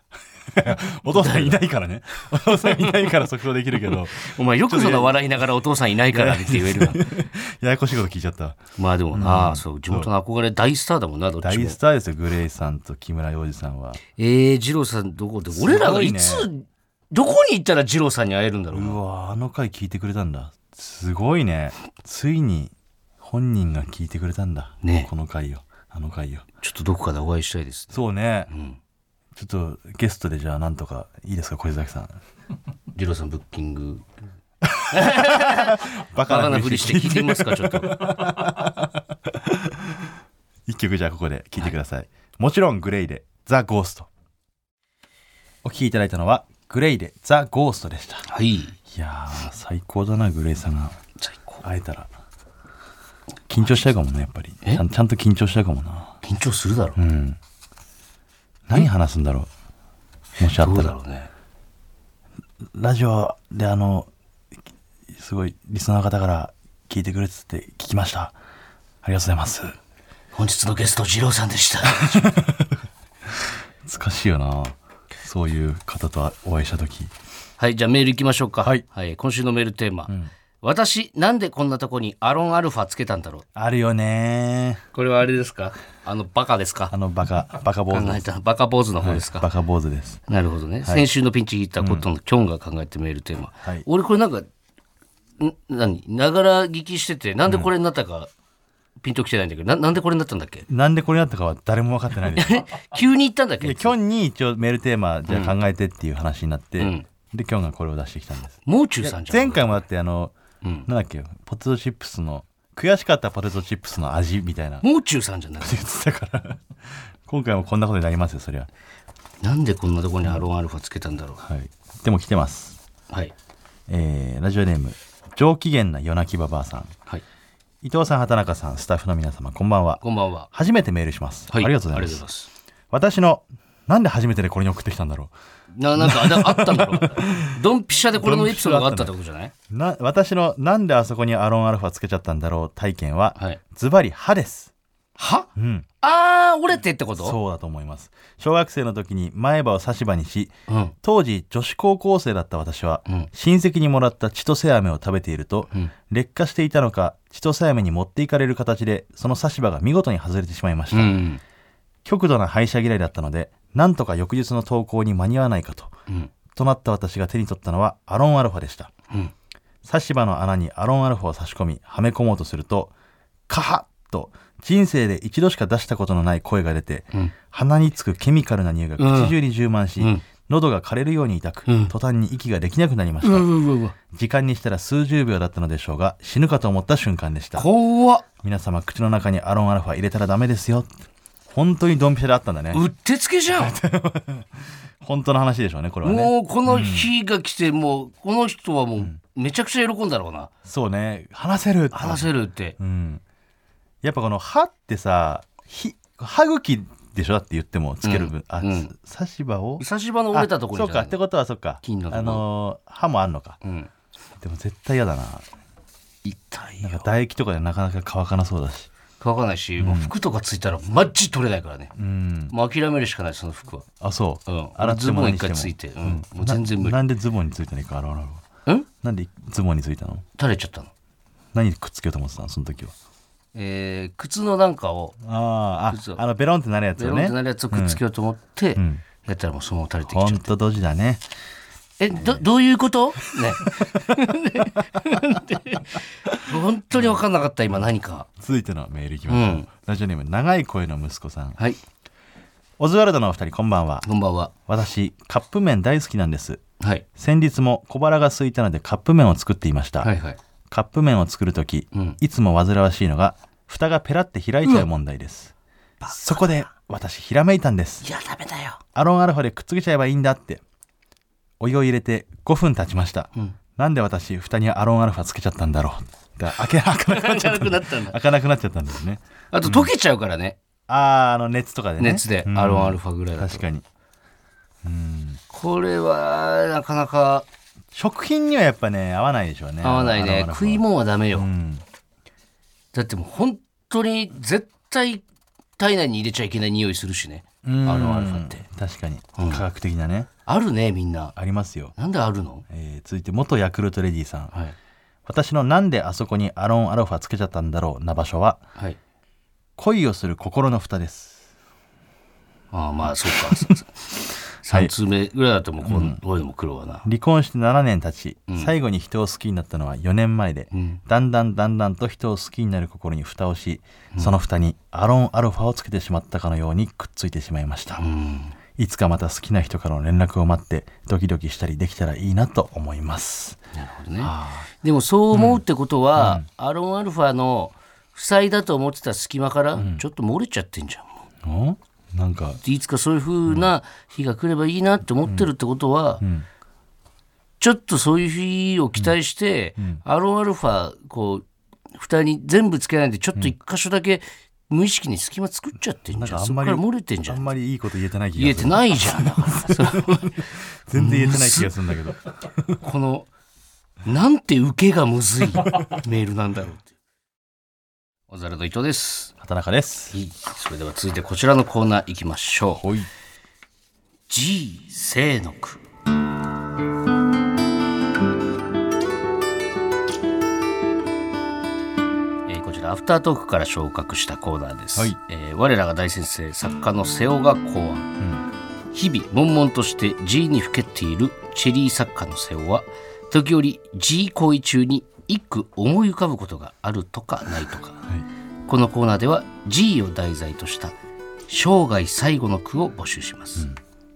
Speaker 3: お父さんいないからねお父さんいないから即答できるけど
Speaker 2: お前よくその笑いながらお父さんいない からって言えるな
Speaker 3: ややこしいこと聞いちゃった
Speaker 2: まあでもな、そう地元の憧れ大スターだもんなどっちも
Speaker 3: 大スターですよグレイさんと木村洋二さんは
Speaker 2: えー、二郎さんどこで、
Speaker 3: ごい
Speaker 2: 俺
Speaker 3: ね
Speaker 2: らがいつどこに行ったら二郎さんに会えるんだろう
Speaker 3: う
Speaker 2: な
Speaker 3: わあの回聞いてくれたんだすごいねついに本人が聞いてくれたんだ
Speaker 2: ね
Speaker 3: この回をあの回を
Speaker 2: ちょっとどこかでお会いしたいです
Speaker 3: そうね、
Speaker 2: ん
Speaker 3: ちょっとゲストでじゃあなんとかいいですか小崎さん
Speaker 2: 二郎さんブッキング
Speaker 3: バ
Speaker 2: バカなふりして聞いてみます かちょっと
Speaker 3: 一曲じゃあここで聴いてください、もちろんグレイで「ザ・ゴースト」お聴きいただいたのは「グレイでザ・ゴースト」でした
Speaker 2: はい
Speaker 3: いやー最高だなグレイさんが
Speaker 2: 最高
Speaker 3: 会えたら緊張しちゃうかもねやっぱり
Speaker 2: え
Speaker 3: ちゃんちゃんと緊張しちゃうかもな
Speaker 2: 緊張するだろう、
Speaker 3: うん何話すんだろうもしあっ
Speaker 2: ど
Speaker 3: た
Speaker 2: うだ
Speaker 3: ら
Speaker 2: ろうね
Speaker 3: ラジオであのすごいリスナーの方から聞いてくれてて聞きましたありがとうございます
Speaker 2: 本日のゲスト二郎さんでした
Speaker 3: 難しいよなそういう方とお会いした時
Speaker 2: はいじゃあメール行きましょうか
Speaker 3: はい
Speaker 2: 今週のメールテーマ、私なんでこんなとこにアロンアルファつけたんだろう
Speaker 3: あるよね
Speaker 2: これはあれですかあのバカですか
Speaker 3: あのバカバカ坊
Speaker 2: 考
Speaker 3: 主で
Speaker 2: え
Speaker 3: す
Speaker 2: たバカ坊主の方ですか、
Speaker 3: バカ坊主です
Speaker 2: なるほどね、先週のピンチヒッターコットンのキョンが考えてメールテーマ、
Speaker 3: はい
Speaker 2: 俺これなんかん何ながら聞きしててなんでこれになったか、ピンときてないんだけどななんでこれになったんだっけ
Speaker 3: なんでこれになったかは誰も分かって ないです
Speaker 2: 急に言ったんだっけ
Speaker 3: でキョンに一応メールテーマじゃあ考えてっていう話になって、でキョンがこれを出してきたんです
Speaker 2: もう中さんじゃん
Speaker 3: 前回もだってあの、なんだっけよポテトチップスの悔しかったポテトチップスの味みたいな
Speaker 2: もう中さんじゃない
Speaker 3: 言ってたから 今回もこんなことになりますよそりゃ
Speaker 2: なんでこんなとこにアロンアルファつけたんだろ
Speaker 3: はいでも来てます
Speaker 2: うはい
Speaker 3: えーラジオネーム上機嫌な夜泣きばばあさん
Speaker 2: はい
Speaker 3: 伊藤さん畑中さんスタッフの皆様こんばんは
Speaker 2: こんばんは
Speaker 3: 初めてメールします、
Speaker 2: はい
Speaker 3: ありがとうございます
Speaker 2: ありがとうございます
Speaker 3: 私のなんで初めてでこれに送ってきたんだろ
Speaker 2: ななんかあだあったんだろうドンピシャでこれのエピソードがあったってことじゃないう
Speaker 3: な私のなんであそこにアロンアルファつけちゃったんだろう体験は、
Speaker 2: はい
Speaker 3: ズバリ歯です
Speaker 2: は
Speaker 3: うん
Speaker 2: あー折れてってこと
Speaker 3: そうだと思います小学生の時に前歯を差し歯にし
Speaker 2: う、ん、
Speaker 3: 当時女子高校生だった私は、
Speaker 2: うん
Speaker 3: 親戚にもらった千歳飴を食べていると、
Speaker 2: ん
Speaker 3: 劣化していたのか千歳飴に持っていかれる形でその差し歯が見事に外れてしまいまし
Speaker 2: う
Speaker 3: た、
Speaker 2: ん
Speaker 3: 極度な歯医者嫌いだったのでなんとか翌日の投稿に間に合わないかと
Speaker 2: うん
Speaker 3: となった私が手に取ったのはアロンアルファでした、
Speaker 2: うん
Speaker 3: 差し歯の穴にアロンアルファを差し込みはめ込もうとするとカハッと人生で一度しか出したことのない声が出て、
Speaker 2: ん
Speaker 3: 鼻につくケミカルな匂いが口中に充満し、
Speaker 2: ん
Speaker 3: 喉が枯れるように痛く、
Speaker 2: うん
Speaker 3: 途端に息ができなくなりまし
Speaker 2: う
Speaker 3: た、
Speaker 2: わうわうわ
Speaker 3: 時間にしたら数十秒だったのでしょうが死ぬかと思った瞬間でした
Speaker 2: 怖っ
Speaker 3: 皆様口の中にアロンアルファ入れたらダメですよ本当にドンピシャであったんだ ね
Speaker 2: うってつけじゃん、
Speaker 3: 本当の話でしょうねこれはね
Speaker 2: もうこの日が来て、もうこの人はもうめちゃくちゃ喜んだろうな、
Speaker 3: そうね話せるって
Speaker 2: 話せるって、
Speaker 3: うん、やっぱこの歯ってさひ歯茎でしょだって言ってもつける分、あ
Speaker 2: うん
Speaker 3: 差し歯を
Speaker 2: 久しぶりの折れたところ
Speaker 3: あそうかってことはそっか
Speaker 2: 金のとこ
Speaker 3: あのー歯もあんのか
Speaker 2: うん、
Speaker 3: でも絶対嫌だな
Speaker 2: 痛い
Speaker 3: なん
Speaker 2: よ
Speaker 3: か唾液とかでなかなか乾かなそうだし
Speaker 2: 乾かないし、もう服とかついたらマッチ取れないからね、
Speaker 3: うん
Speaker 2: もう諦めるしかないその服は、
Speaker 3: あそう、
Speaker 2: うん、
Speaker 3: 洗って
Speaker 2: ズ
Speaker 3: も
Speaker 2: ボン
Speaker 3: 何
Speaker 2: 一
Speaker 3: して
Speaker 2: 回
Speaker 3: も
Speaker 2: ついて、うんもう全然無理
Speaker 3: ななんでズボンについたのか洗わな
Speaker 2: うん
Speaker 3: なんでズボンについたの
Speaker 2: 垂れちゃったの、
Speaker 3: 何くっつけようと思ってたのその時は
Speaker 2: えー、靴のなんかを
Speaker 3: あ
Speaker 2: 靴
Speaker 3: ー
Speaker 2: を
Speaker 3: ああのベロンってなるやつ
Speaker 2: ベ
Speaker 3: よ
Speaker 2: ロンっ
Speaker 3: ね
Speaker 2: てなるやつをくっつけようと思って、
Speaker 3: ん
Speaker 2: やったらもうそのまま垂れてきちゃっ
Speaker 3: ほ
Speaker 2: た
Speaker 3: んとドジだね
Speaker 2: え、ど、どういうことね。 本当に分かんなかった、今何か。
Speaker 3: 続いてのメールいきましょう、
Speaker 2: うん
Speaker 3: ラジオネーム長い声の息子さん
Speaker 2: はい、
Speaker 3: オズワルドのお二人こんばんは
Speaker 2: こんばんは。
Speaker 3: 私カップ麺大好きなんです
Speaker 2: はい
Speaker 3: 先日も小腹が空いたのでカップ麺を作っていました、
Speaker 2: はいはい
Speaker 3: カップ麺を作るとき、
Speaker 2: ん
Speaker 3: いつも煩わしいのが蓋がペラって開いちゃう問題です、そこで私ひらめいたんです
Speaker 2: いやダメだ よ
Speaker 3: アロンアルファでくっつけちゃえばいいんだってお湯を入れて5分経ちました、なんで私蓋にアロンアルファつけちゃったんだろうだから開け開かなくなっちゃ
Speaker 2: な
Speaker 3: った
Speaker 2: くなったんだ
Speaker 3: 開かなくなっちゃったんですね
Speaker 2: あと溶けちゃうからね
Speaker 3: あああの熱とかでね
Speaker 2: 熱で
Speaker 3: うん
Speaker 2: アロンアルファぐらいだと
Speaker 3: 確かに
Speaker 2: これはなかなか
Speaker 3: 食品にはやっぱね合わないでしょうね
Speaker 2: 合わない
Speaker 3: アロンア
Speaker 2: ね
Speaker 3: ルファは
Speaker 2: 食い物はダメよ、
Speaker 3: ん
Speaker 2: だってもう本当に絶対体内に入れちゃいけない匂いするしねア
Speaker 3: うん
Speaker 2: ロンアルファって
Speaker 3: 確かに科学的なね
Speaker 2: あるねみんな
Speaker 3: ありますよ
Speaker 2: なんであるの
Speaker 3: えー続いて元ヤクルトレディさん
Speaker 2: はい
Speaker 3: 私のなんであそこにアロンアルファつけちゃったんだろうな場所は
Speaker 2: はい
Speaker 3: 恋をする心の蓋です
Speaker 2: ああまあそうか そうそう三通目ぐらいだともうこうこういうのも苦労はな、
Speaker 3: 離婚して7年経ち、最後に人を好きになったのは4年前で、だんだんだんだんと人を好きになる心に蓋をし、その蓋にアロンアルファをつけてしまったかのようにくっついてしまいました、いつかまた好きな人からの連絡を待ってドキドキしたりできたらいいなと思います
Speaker 2: なるほどねでもそう思うってことは、アロンアルファの負債だと思ってた隙間からちょっと漏れちゃってんじゃん、も
Speaker 3: んなんか
Speaker 2: ういつかそういうふうな日が来ればいいなって思ってるってことは、ちょっとそういう日を期待して、アロンアルファこう蓋に全部つけないでちょっと一箇所だけ無意識に隙間作っちゃってん
Speaker 3: なん
Speaker 2: じゃん
Speaker 3: かあ
Speaker 2: そ
Speaker 3: ん
Speaker 2: こ
Speaker 3: ま
Speaker 2: か
Speaker 3: り
Speaker 2: ら漏れてんじゃ
Speaker 3: あ
Speaker 2: ん
Speaker 3: んまりいいこと言えてない気
Speaker 2: 言え
Speaker 3: がす
Speaker 2: て
Speaker 3: る
Speaker 2: ないじゃんだからそれ
Speaker 3: 全然言えてない気がするんだけど
Speaker 2: このなんて受けがむずいメールなんだろうって小皿の伊藤です
Speaker 3: 畑中です
Speaker 2: はいそれでは続いてこちらのコーナー行きましょう
Speaker 3: ほい
Speaker 2: G 聖の句えーこちらアフタートークから昇格したコーナーです、
Speaker 3: はい
Speaker 2: えー我らが大先生作家の瀬尾が考案、日々悶々として G にふけっているチェリー作家の瀬尾は時折 G 行為中に一句思い浮かぶことがあるとかないとか、このコーナーでは G を題材とした生涯最後の句を募集します、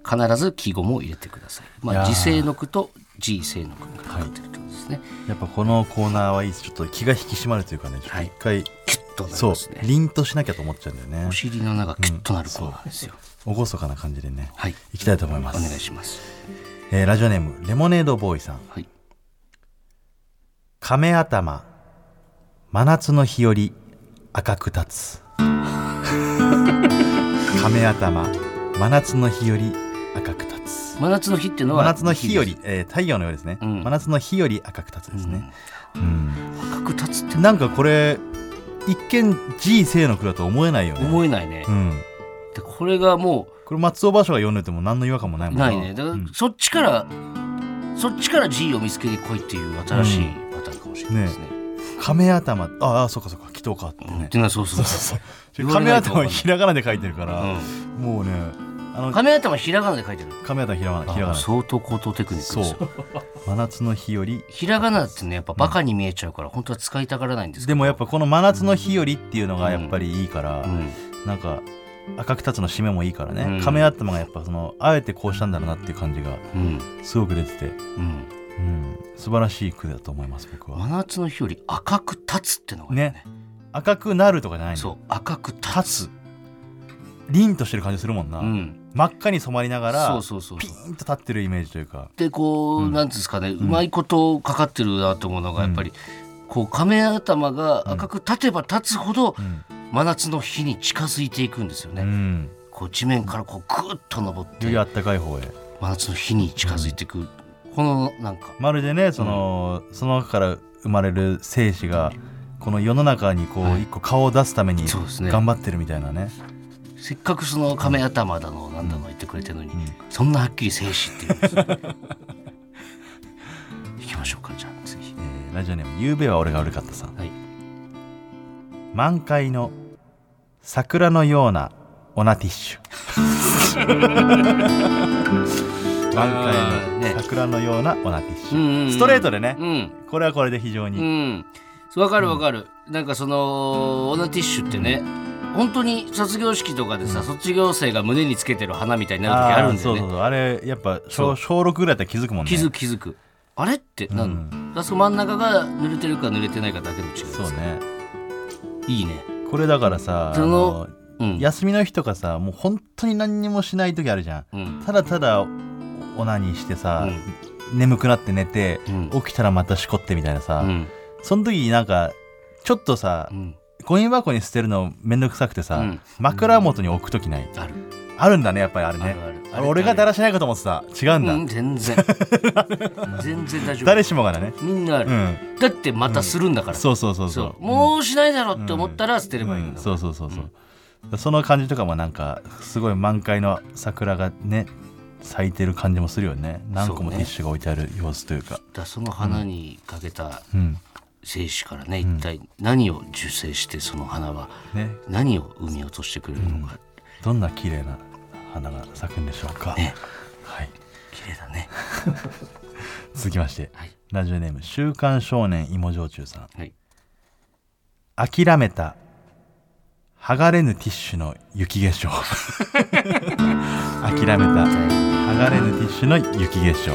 Speaker 2: 必ず記号も入れてくださいま
Speaker 3: いや
Speaker 2: あ
Speaker 3: ー
Speaker 2: 時世の句と G 世の句がかかってるってことですね、
Speaker 3: やっぱこのコーナーはいいですちょっと気が引き締まるというかねちょっと一回、
Speaker 2: キュッとなり
Speaker 3: そう
Speaker 2: ますね
Speaker 3: 凛としなきゃと思っちゃうんだよね
Speaker 2: お尻の中キュッとなるコーナーですよ、
Speaker 3: 厳かな感じでね、
Speaker 2: はい
Speaker 3: いきたいと思いま
Speaker 2: お願い
Speaker 3: す、
Speaker 2: します
Speaker 3: えーラジオネームレモネードボーイさん
Speaker 2: はい
Speaker 3: 亀頭真夏の日より赤く立つ 亀頭真夏の日より赤く立つ
Speaker 2: 真夏の日っていうの
Speaker 3: 真
Speaker 2: は
Speaker 3: 夏の日よ
Speaker 2: です
Speaker 3: り、えー太陽のようですね、
Speaker 2: うん
Speaker 3: 真夏の日より赤く立つですね、うん
Speaker 2: 赤く立つって
Speaker 3: なんかこれ一見 G 生の句だと思えないよね
Speaker 2: 思えないね、
Speaker 3: うん、
Speaker 2: でこれがも
Speaker 3: これ松尾芭蕉が読んでても何の違和感もないも
Speaker 2: うん
Speaker 3: な
Speaker 2: ないねだから
Speaker 3: うん
Speaker 2: そっちから、そっちから G を見つけてこいっていう新しいパターンかもしれないですね,、
Speaker 3: 亀頭ああそうかそうか祈祷かって
Speaker 2: うん、っ
Speaker 3: ね
Speaker 2: ていうのはそうそうそう言われ
Speaker 3: 亀
Speaker 2: ないと
Speaker 3: 頭
Speaker 2: 分かん
Speaker 3: は
Speaker 2: ない
Speaker 3: ひらがなで書いてるか
Speaker 2: う
Speaker 3: ら、
Speaker 2: ん
Speaker 3: もうねあの
Speaker 2: 亀頭ひらがなで書いてる
Speaker 3: 亀頭ひらがなひらが
Speaker 2: あ
Speaker 3: な
Speaker 2: 相当高等テクニック
Speaker 3: そ
Speaker 2: で
Speaker 3: う
Speaker 2: すよ
Speaker 3: 真夏の日より
Speaker 2: ひらがなってねやっぱバカに見えちゃうから、本当は使いたがらないんですけ
Speaker 3: で
Speaker 2: ど
Speaker 3: もやっぱこの真夏の日よりっていうのがやっぱりいいから、
Speaker 2: うん
Speaker 3: なんか赤く立つの締めもいいからね、
Speaker 2: うん
Speaker 3: 亀頭がやっぱそのあえてこうしたんだろうなっていう感じが
Speaker 2: うん
Speaker 3: すごく出てて、
Speaker 2: うん
Speaker 3: うん、素晴らしい句だと思います僕は
Speaker 2: 真夏の日より赤く立つってのがいいね
Speaker 3: ね赤くなるとかじゃないの
Speaker 2: そう赤く立つ
Speaker 3: 立つ凛としてる感じするもんな、
Speaker 2: うん
Speaker 3: 真っ赤に染まりながら
Speaker 2: そうそうそう
Speaker 3: ピ
Speaker 2: そう
Speaker 3: ーンと立ってるイメージというか
Speaker 2: でこう、なんていうんですかねうまいことかかってるなと思うのがやっぱり、こう亀頭が赤く立てば立つほど、
Speaker 3: ん
Speaker 2: 真夏の日に近づいていくんですよね、
Speaker 3: うん
Speaker 2: こう地面からこうグッと登って
Speaker 3: よりあったかい方へ
Speaker 2: 真夏の日に近づいていく、このなんか
Speaker 3: まるでねその、その中から生まれる精子がこの世の中にこう一個顔を出すために
Speaker 2: そうですね
Speaker 3: 頑張ってるみたいなね
Speaker 2: せっかくその亀頭だのなんだの言ってくれてるのに、そんなはっきり静止って言うんですね行きましょうかじゃあ次
Speaker 3: えーラジオネーム「ゆうべは俺が悪かったさん
Speaker 2: はい」
Speaker 3: 満開の桜のようなオナティ ッシュ満
Speaker 2: あー
Speaker 3: 開
Speaker 2: ね
Speaker 3: の桜のようなオナティッシ
Speaker 2: うんうんう
Speaker 3: ュ
Speaker 2: ん
Speaker 3: ストレートでね
Speaker 2: うん
Speaker 3: これはこれで非常
Speaker 2: う
Speaker 3: に
Speaker 2: んわかるわかる、なんかそのオナティッシュってね、本当に卒業式とかでさ、卒業生が胸につけてる花みたいになる時あるんだよ
Speaker 3: そう
Speaker 2: ね
Speaker 3: そうそうあれやっぱ
Speaker 2: そ
Speaker 3: 小小6ぐらいだったら気づくもんね
Speaker 2: 気づく気づくあれってなんの、あそこ真ん中が濡れてるか濡れてないかだけの違い
Speaker 3: そうね
Speaker 2: いいね
Speaker 3: これだからさ
Speaker 2: その
Speaker 3: あ
Speaker 2: うん
Speaker 3: 休みの日とかさもう本当に何にもしない時あるじゃん
Speaker 2: うん
Speaker 3: ただただオナニーしてさ、眠くなって寝て、
Speaker 2: うん
Speaker 3: 起きたらまたしこってみたいなさ、
Speaker 2: うん
Speaker 3: その時になんかちょっとさ、
Speaker 2: うん
Speaker 3: ゴミ箱に捨てるのめんどくさくてさ、
Speaker 2: うん
Speaker 3: 枕元に置く時ない
Speaker 2: ある
Speaker 3: あるんだねやっぱりあれね
Speaker 2: あるある
Speaker 3: あれ俺がだらしないかと思ってた違うんだ、
Speaker 2: うん全 然全然大丈夫
Speaker 3: 誰しもがだね
Speaker 2: みんなある、
Speaker 3: うん
Speaker 2: だってまたするんだから、
Speaker 3: そうそうそうそう
Speaker 2: そうもうしないだろうって思ったら捨てればいいんだ、
Speaker 3: うんそうそうそうそう、その感じとかもなんかすごい満開の桜がね咲いてる感じもするよね何個もティッシュが置いてある様子というか
Speaker 2: だからその花にかけた
Speaker 3: うん
Speaker 2: 精子からね、一体何を受精してその花は
Speaker 3: ね
Speaker 2: 何を生み落としてくれるのか、
Speaker 3: どんな綺麗な花が咲くんでしょうか、
Speaker 2: ね
Speaker 3: はい
Speaker 2: 綺麗だね
Speaker 3: 続きまして、
Speaker 2: はい
Speaker 3: ラジオネーム「週刊少年芋焼酎」さん
Speaker 2: はい
Speaker 3: 諦めた剥がれぬティッシュの雪化粧 諦めた剥がれぬティッシュの雪化粧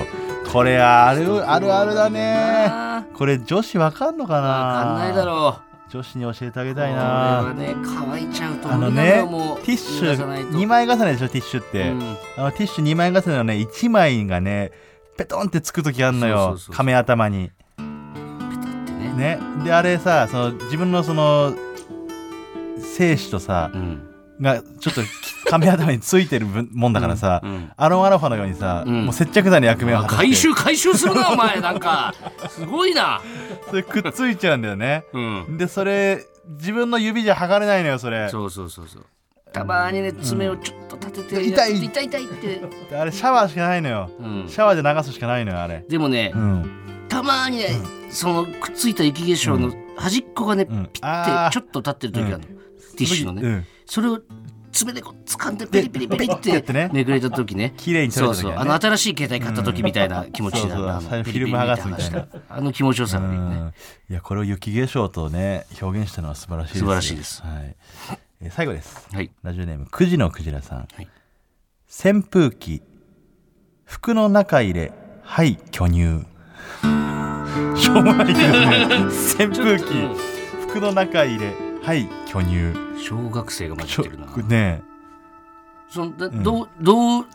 Speaker 3: これあるあるあるだねこれ女子わかんのかな
Speaker 2: わかんないだろう
Speaker 3: 女子に教えてあげたい
Speaker 2: これ
Speaker 3: な
Speaker 2: はね乾いちゃうと
Speaker 3: あの
Speaker 2: 無理な
Speaker 3: ね
Speaker 2: もう
Speaker 3: ティッシ
Speaker 2: 濡らさない
Speaker 3: ュ
Speaker 2: と
Speaker 3: 2枚重ねでしょティッシュって、
Speaker 2: うん
Speaker 3: あのティッシュ2枚重ねのね1枚がねペトンってつく時あんのよ
Speaker 2: そうそうそうそう
Speaker 3: 亀頭に
Speaker 2: ペタってね
Speaker 3: ねであれさその自分のその精子とさ
Speaker 2: うん
Speaker 3: がちょっと亀頭について る分もんだからさ、
Speaker 2: うん
Speaker 3: アロンアラファのようにさ、
Speaker 2: うん
Speaker 3: もう接着剤の役目を果たして
Speaker 2: 回収回収す るなお前なんかすごいな
Speaker 3: それくっついちゃうんだよね
Speaker 2: うん
Speaker 3: でそれ自分の指じゃ剥がれないのよそれ
Speaker 2: そうそうそうそうたまにね爪をちょっと立てて、
Speaker 3: うん痛い
Speaker 2: 痛い痛いって、
Speaker 3: であれシャワーしかないのよ
Speaker 2: うん
Speaker 3: シャワーで流すしかないのよあれ
Speaker 2: でもね、
Speaker 3: うん
Speaker 2: たまにね、そのくっついた雪化粧の端っこがね、
Speaker 3: うん
Speaker 2: ピッ
Speaker 3: あー
Speaker 2: てちょっと立ってる時があるの、ティッシュのね、
Speaker 3: うん
Speaker 2: それを爪でこう掴んでペリペリペリっ
Speaker 3: や
Speaker 2: て
Speaker 3: ってね
Speaker 2: めくれた時ね
Speaker 3: 綺麗に
Speaker 2: そ
Speaker 3: 取れ
Speaker 2: う
Speaker 3: た時
Speaker 2: そう
Speaker 3: はね
Speaker 2: あの新しい携帯買った時みたいな気持ちになるな、
Speaker 3: そうそう
Speaker 2: あの
Speaker 3: フィルム剥がすみたいな
Speaker 2: ペリペリって剥がしたあの気持ちよさがいいよね
Speaker 3: うんいやこれを雪化粧とね表現したのは素晴らしいです
Speaker 2: 素晴らしいです
Speaker 3: はいえー最後です
Speaker 2: はい
Speaker 3: ラジオネームくじのくじらさん、
Speaker 2: はい
Speaker 3: 扇風機服の中入れはい巨乳 しょうもないけ どね扇風機
Speaker 2: うん
Speaker 3: 服の中入れはい巨乳
Speaker 2: 小学生が混じってるな
Speaker 3: ちょね
Speaker 2: そんな、
Speaker 3: ん
Speaker 2: どうどう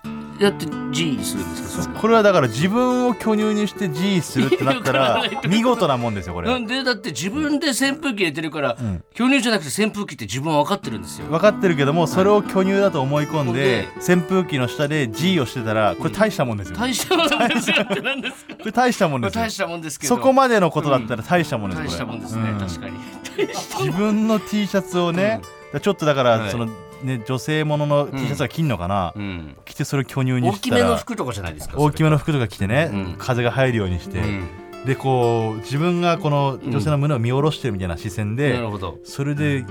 Speaker 2: やって G するんですかそれ
Speaker 3: これはだから自分を巨乳にして G するってなっ たら見事なもんですよこれ
Speaker 2: なんでだって自分で扇風機入れてるから、
Speaker 3: ん
Speaker 2: 巨乳じゃなくて扇風機って自分は分かってるんですよ
Speaker 3: 分かってるけどもそれを巨乳だと思い込んで
Speaker 2: は
Speaker 3: 扇風機の下で G をしてたらこれ大したもんですよこ
Speaker 2: 大したもんですよって何ですか
Speaker 3: れ大したもん
Speaker 2: ま
Speaker 3: で
Speaker 2: あ
Speaker 3: すよ
Speaker 2: 大したもんですけど
Speaker 3: そこまでのことだったら大したもんです
Speaker 2: 大したもんですね、
Speaker 3: うん
Speaker 2: 確かに
Speaker 3: 自分の T シャツをねだちょっとだか
Speaker 2: は
Speaker 3: ら
Speaker 2: い
Speaker 3: そのね女性ものの T シャツは着んのかな
Speaker 2: うん
Speaker 3: 着てそれを巨乳に
Speaker 2: 大
Speaker 3: し
Speaker 2: き
Speaker 3: た
Speaker 2: めの
Speaker 3: ら
Speaker 2: 服とかじゃないですか
Speaker 3: 大きめの服とか着て
Speaker 2: うん
Speaker 3: ね風が入るようにして
Speaker 2: うん
Speaker 3: でこう自分がこの女性の胸を見下ろしてるみたいな視線
Speaker 2: な
Speaker 3: で
Speaker 2: るほど
Speaker 3: それで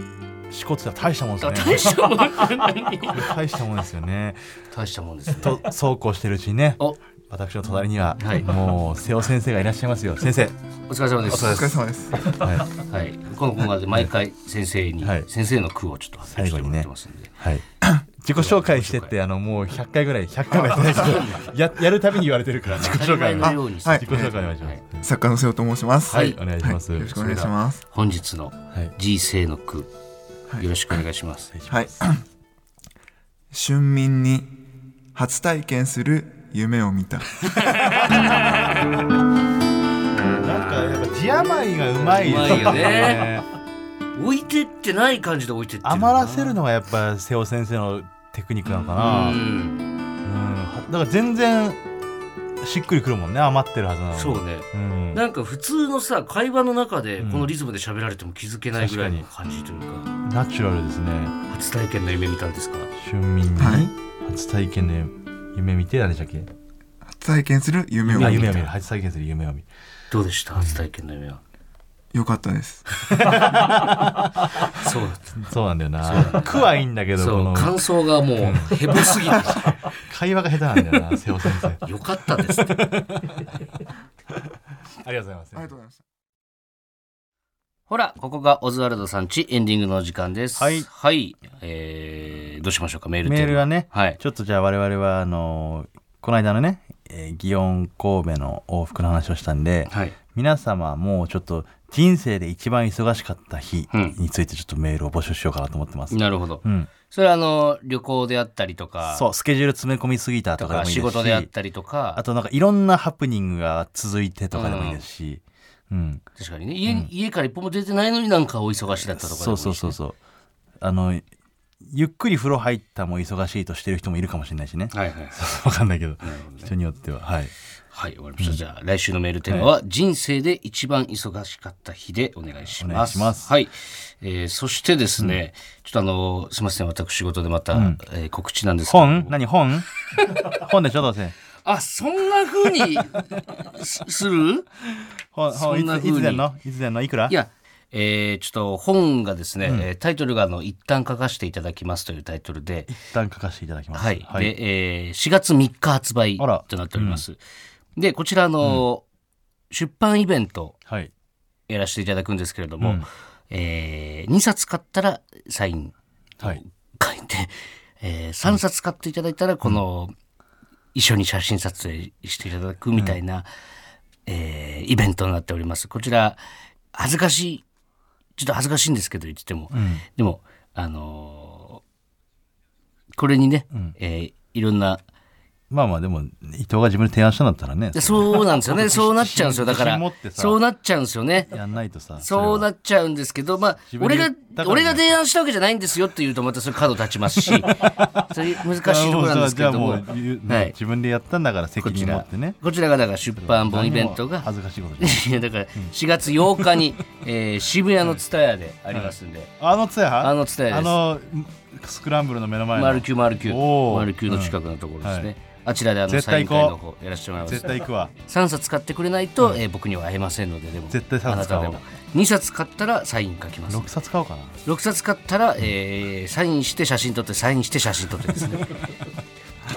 Speaker 3: しこってたら大したもんです
Speaker 2: あ
Speaker 3: よね
Speaker 2: 大したもん
Speaker 3: 大したもんですよね
Speaker 2: 大したもんですね
Speaker 3: とそうこうしてるうちにね
Speaker 2: お
Speaker 3: 私の隣には、
Speaker 2: はい
Speaker 3: もう瀬尾先生がいらっしゃいますよ先生
Speaker 2: お疲れ様です
Speaker 4: お疲れ様です。
Speaker 3: はい、
Speaker 2: はい、このコーナーで毎回先生に、
Speaker 3: はい
Speaker 2: 先生の句をちょっと発表
Speaker 3: 最
Speaker 2: し
Speaker 3: 後
Speaker 2: て
Speaker 3: に
Speaker 2: もらっ
Speaker 3: ね
Speaker 2: てますんで、
Speaker 3: はい、自己紹介してってあのもう100回ぐらい100回もやってないけどややるたびに言われてるから自己
Speaker 2: 当たり
Speaker 3: 紹
Speaker 2: 前
Speaker 3: 介を
Speaker 2: の
Speaker 3: 自己
Speaker 2: ように、
Speaker 4: はい
Speaker 3: 紹介お願いします
Speaker 2: はい
Speaker 4: 作家の瀬尾と申します。
Speaker 3: はい、お願いします、
Speaker 4: よろしくお願いします。
Speaker 2: 本日の
Speaker 3: はい
Speaker 2: 人生の句、
Speaker 4: はい
Speaker 2: よろしくお願いします、
Speaker 4: はい。春眠に初体験する夢を見た。
Speaker 3: なんかやっぱ字余りがうまいです
Speaker 2: うまい よね置いてってない感じで置いてってる
Speaker 3: 余らせるのがやっぱ瀬尾先生のテクニックなのかな、
Speaker 2: う
Speaker 3: うん
Speaker 2: ん
Speaker 3: はだから全然しっくりくるもんね余ってるはずなのに
Speaker 2: そうね
Speaker 3: うん、
Speaker 2: なんか普通のさ会話の中で
Speaker 3: うん
Speaker 2: このリズムで喋られても気づけないぐらいの感じというか、
Speaker 3: ナチュラルですね
Speaker 2: 初体験の夢見たんですか
Speaker 3: 春眠に
Speaker 4: はい
Speaker 3: 初体験の夢見て何でしたっけ
Speaker 4: 初体験する夢を
Speaker 3: あ
Speaker 4: 見
Speaker 3: 夢を見
Speaker 4: た。
Speaker 3: る初体験する夢を見る
Speaker 2: どうでした初体験の夢は
Speaker 4: よかったです。
Speaker 2: そうだった
Speaker 3: そうなんだよな句はいいんだけど
Speaker 2: そ
Speaker 3: こ
Speaker 2: う
Speaker 3: の
Speaker 2: 感想がもうヘボす ぎて
Speaker 3: 会話が下手なんだよな瀬尾先 生あり
Speaker 2: よかったですね
Speaker 3: がとうございます
Speaker 4: ありがとうございました。
Speaker 2: ほら、ここがオズワルドさんちエンディングの時間です。
Speaker 3: はい
Speaker 2: はい。えー、どうしましょうか、メールテマ
Speaker 3: メールはね、
Speaker 2: はい。
Speaker 3: ちょっとじゃあ我々はあのこの間のね、えー、祇園神戸の往復の話をしたんで、
Speaker 2: はい。
Speaker 3: 皆様もうちょっと人生で一番忙しかった日
Speaker 2: うん
Speaker 3: についてちょっとメールを募集しようかなと思ってます。
Speaker 2: なるほど。
Speaker 3: うん、
Speaker 2: それは、あの、旅行であったりとか、
Speaker 3: そうスケジュール詰め込みすぎた
Speaker 2: と
Speaker 3: とかでも
Speaker 2: か、
Speaker 3: いいですし
Speaker 2: 仕事であったりとか
Speaker 3: あ、となんかいろんなハプニングが続いてとかでもいいですし、うん
Speaker 2: 確かにね、家,、家から一歩も出てないのになんかお忙しだったとかでもいいし
Speaker 3: そうそうそうそうあのゆっくり風呂入ったも忙しいとしてる人もいるかもしれないしね
Speaker 2: はいはいはい。
Speaker 3: わかんないけど人によってははい
Speaker 2: はい、終わりました。じゃあ、来週のメールテーマは、人生で一番忙しかった日でお願いします。
Speaker 3: お願いします
Speaker 2: はい。えーそしてですね、ちょっとあのーすみません、私事でまた、えー告知なんですけど
Speaker 3: 本何本 本でしょどうせ
Speaker 2: あ、そんな風にすする
Speaker 3: 本本
Speaker 2: そんない
Speaker 3: つい
Speaker 2: 風に
Speaker 3: つでんのいつでんのいくら
Speaker 2: いや、えーちょっと本がですね、えータイトルがあの、一旦書かせていただきますというタイトルで、
Speaker 3: 一旦書かせていただきます
Speaker 2: はい。で、えー4月3日発売
Speaker 3: あら
Speaker 2: となっております。で、こちらあのー出版イベント、
Speaker 3: はい
Speaker 2: やらせていただくんですけれども、
Speaker 3: うん
Speaker 2: え2冊買ったらサイン
Speaker 3: はい
Speaker 2: 書いて、え3冊買っていただいたらこの、一緒に写真撮影していただくみたいな、えーイベントになっております。こちら恥ずかしいちょっと恥ずかしいんですけど言ってても、でもあのーこれにね、えーいろんな
Speaker 3: まあまあでも伊藤が自分で提案したんだったらね
Speaker 2: そうなんです よねそうなっちゃうんですよだから
Speaker 3: 自信持ってさ
Speaker 2: そうなっちゃうんですよね
Speaker 3: やんないとさ
Speaker 2: そうなっちゃうんですけど、まあ、
Speaker 3: 自分
Speaker 2: 俺
Speaker 3: で言
Speaker 2: が
Speaker 3: ったから、ね
Speaker 2: 俺が提案したわけじゃないんですよって言うと、またそれ角立ちます し、それ難しい
Speaker 3: それは
Speaker 2: ところなんですけれど
Speaker 3: じゃ
Speaker 2: も
Speaker 3: あ、もう言う
Speaker 2: はい
Speaker 3: 自分でやったんだから責
Speaker 2: こち
Speaker 3: 任持
Speaker 2: ら
Speaker 3: ってね、
Speaker 2: こちらがだから出版本イベントが、
Speaker 3: 恥ずかしいことじゃない
Speaker 2: いやだから4月8日 に、えー渋谷の蔦屋でありますんで、
Speaker 3: あのツヤ
Speaker 2: あのツタヤです
Speaker 3: あのスクランブルの目の前の
Speaker 2: マルキューマルキュー、
Speaker 3: おー
Speaker 2: マルキューの近くのところですね。
Speaker 3: うんはい
Speaker 2: あちらであの
Speaker 3: 絶
Speaker 2: サイ
Speaker 3: 対
Speaker 2: ン会
Speaker 3: 行こう
Speaker 2: の方やらせてもらいます
Speaker 3: 絶。対行くわ
Speaker 2: 3冊買ってくれないと、えー僕には会えませんので、でも、
Speaker 3: 絶対三冊買おう
Speaker 2: あなたでも2冊買ったらサイン書きます。
Speaker 3: 6冊買おうかな
Speaker 2: 6冊買ったら、えーサインして写真撮ってサインして写真撮ってです ね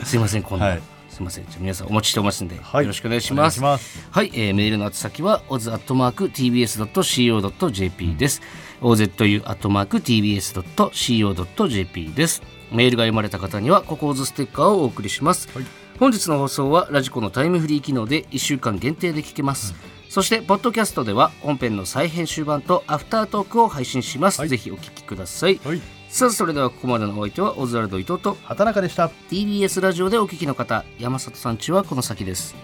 Speaker 2: すいませんこんな、
Speaker 3: はい
Speaker 2: すいませんじゃあ皆さんお待ちしておりますんで、
Speaker 3: はい
Speaker 2: よろしくお願いします
Speaker 3: お願いします
Speaker 2: はい、えーメールの宛先は oz.tbs.co.jp です、ozu.tbs.co.jp ですメールが読まれた方にはココーズステッカーをお送りします、本日の放送はラジコのタイムフリー機能で1週間限定で聞けます、そしてポッドキャストでは本編の再編集版とアフタートークを配信します、ぜひお聞きください、
Speaker 3: はい
Speaker 2: さあそれではここまでのお相手はオズワルド伊藤と
Speaker 3: 畑中でした
Speaker 2: TBS ラジオでお聞きの方山里さんちはこの先です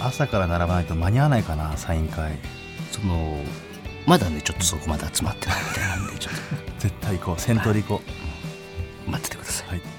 Speaker 3: 朝から並ばないと間に合わないかなサイン会
Speaker 2: そのまだねちょっとそこまで集まってないみたいなんでちょっ
Speaker 3: 絶対行こう先頭で行こと
Speaker 2: 待っててください
Speaker 3: はい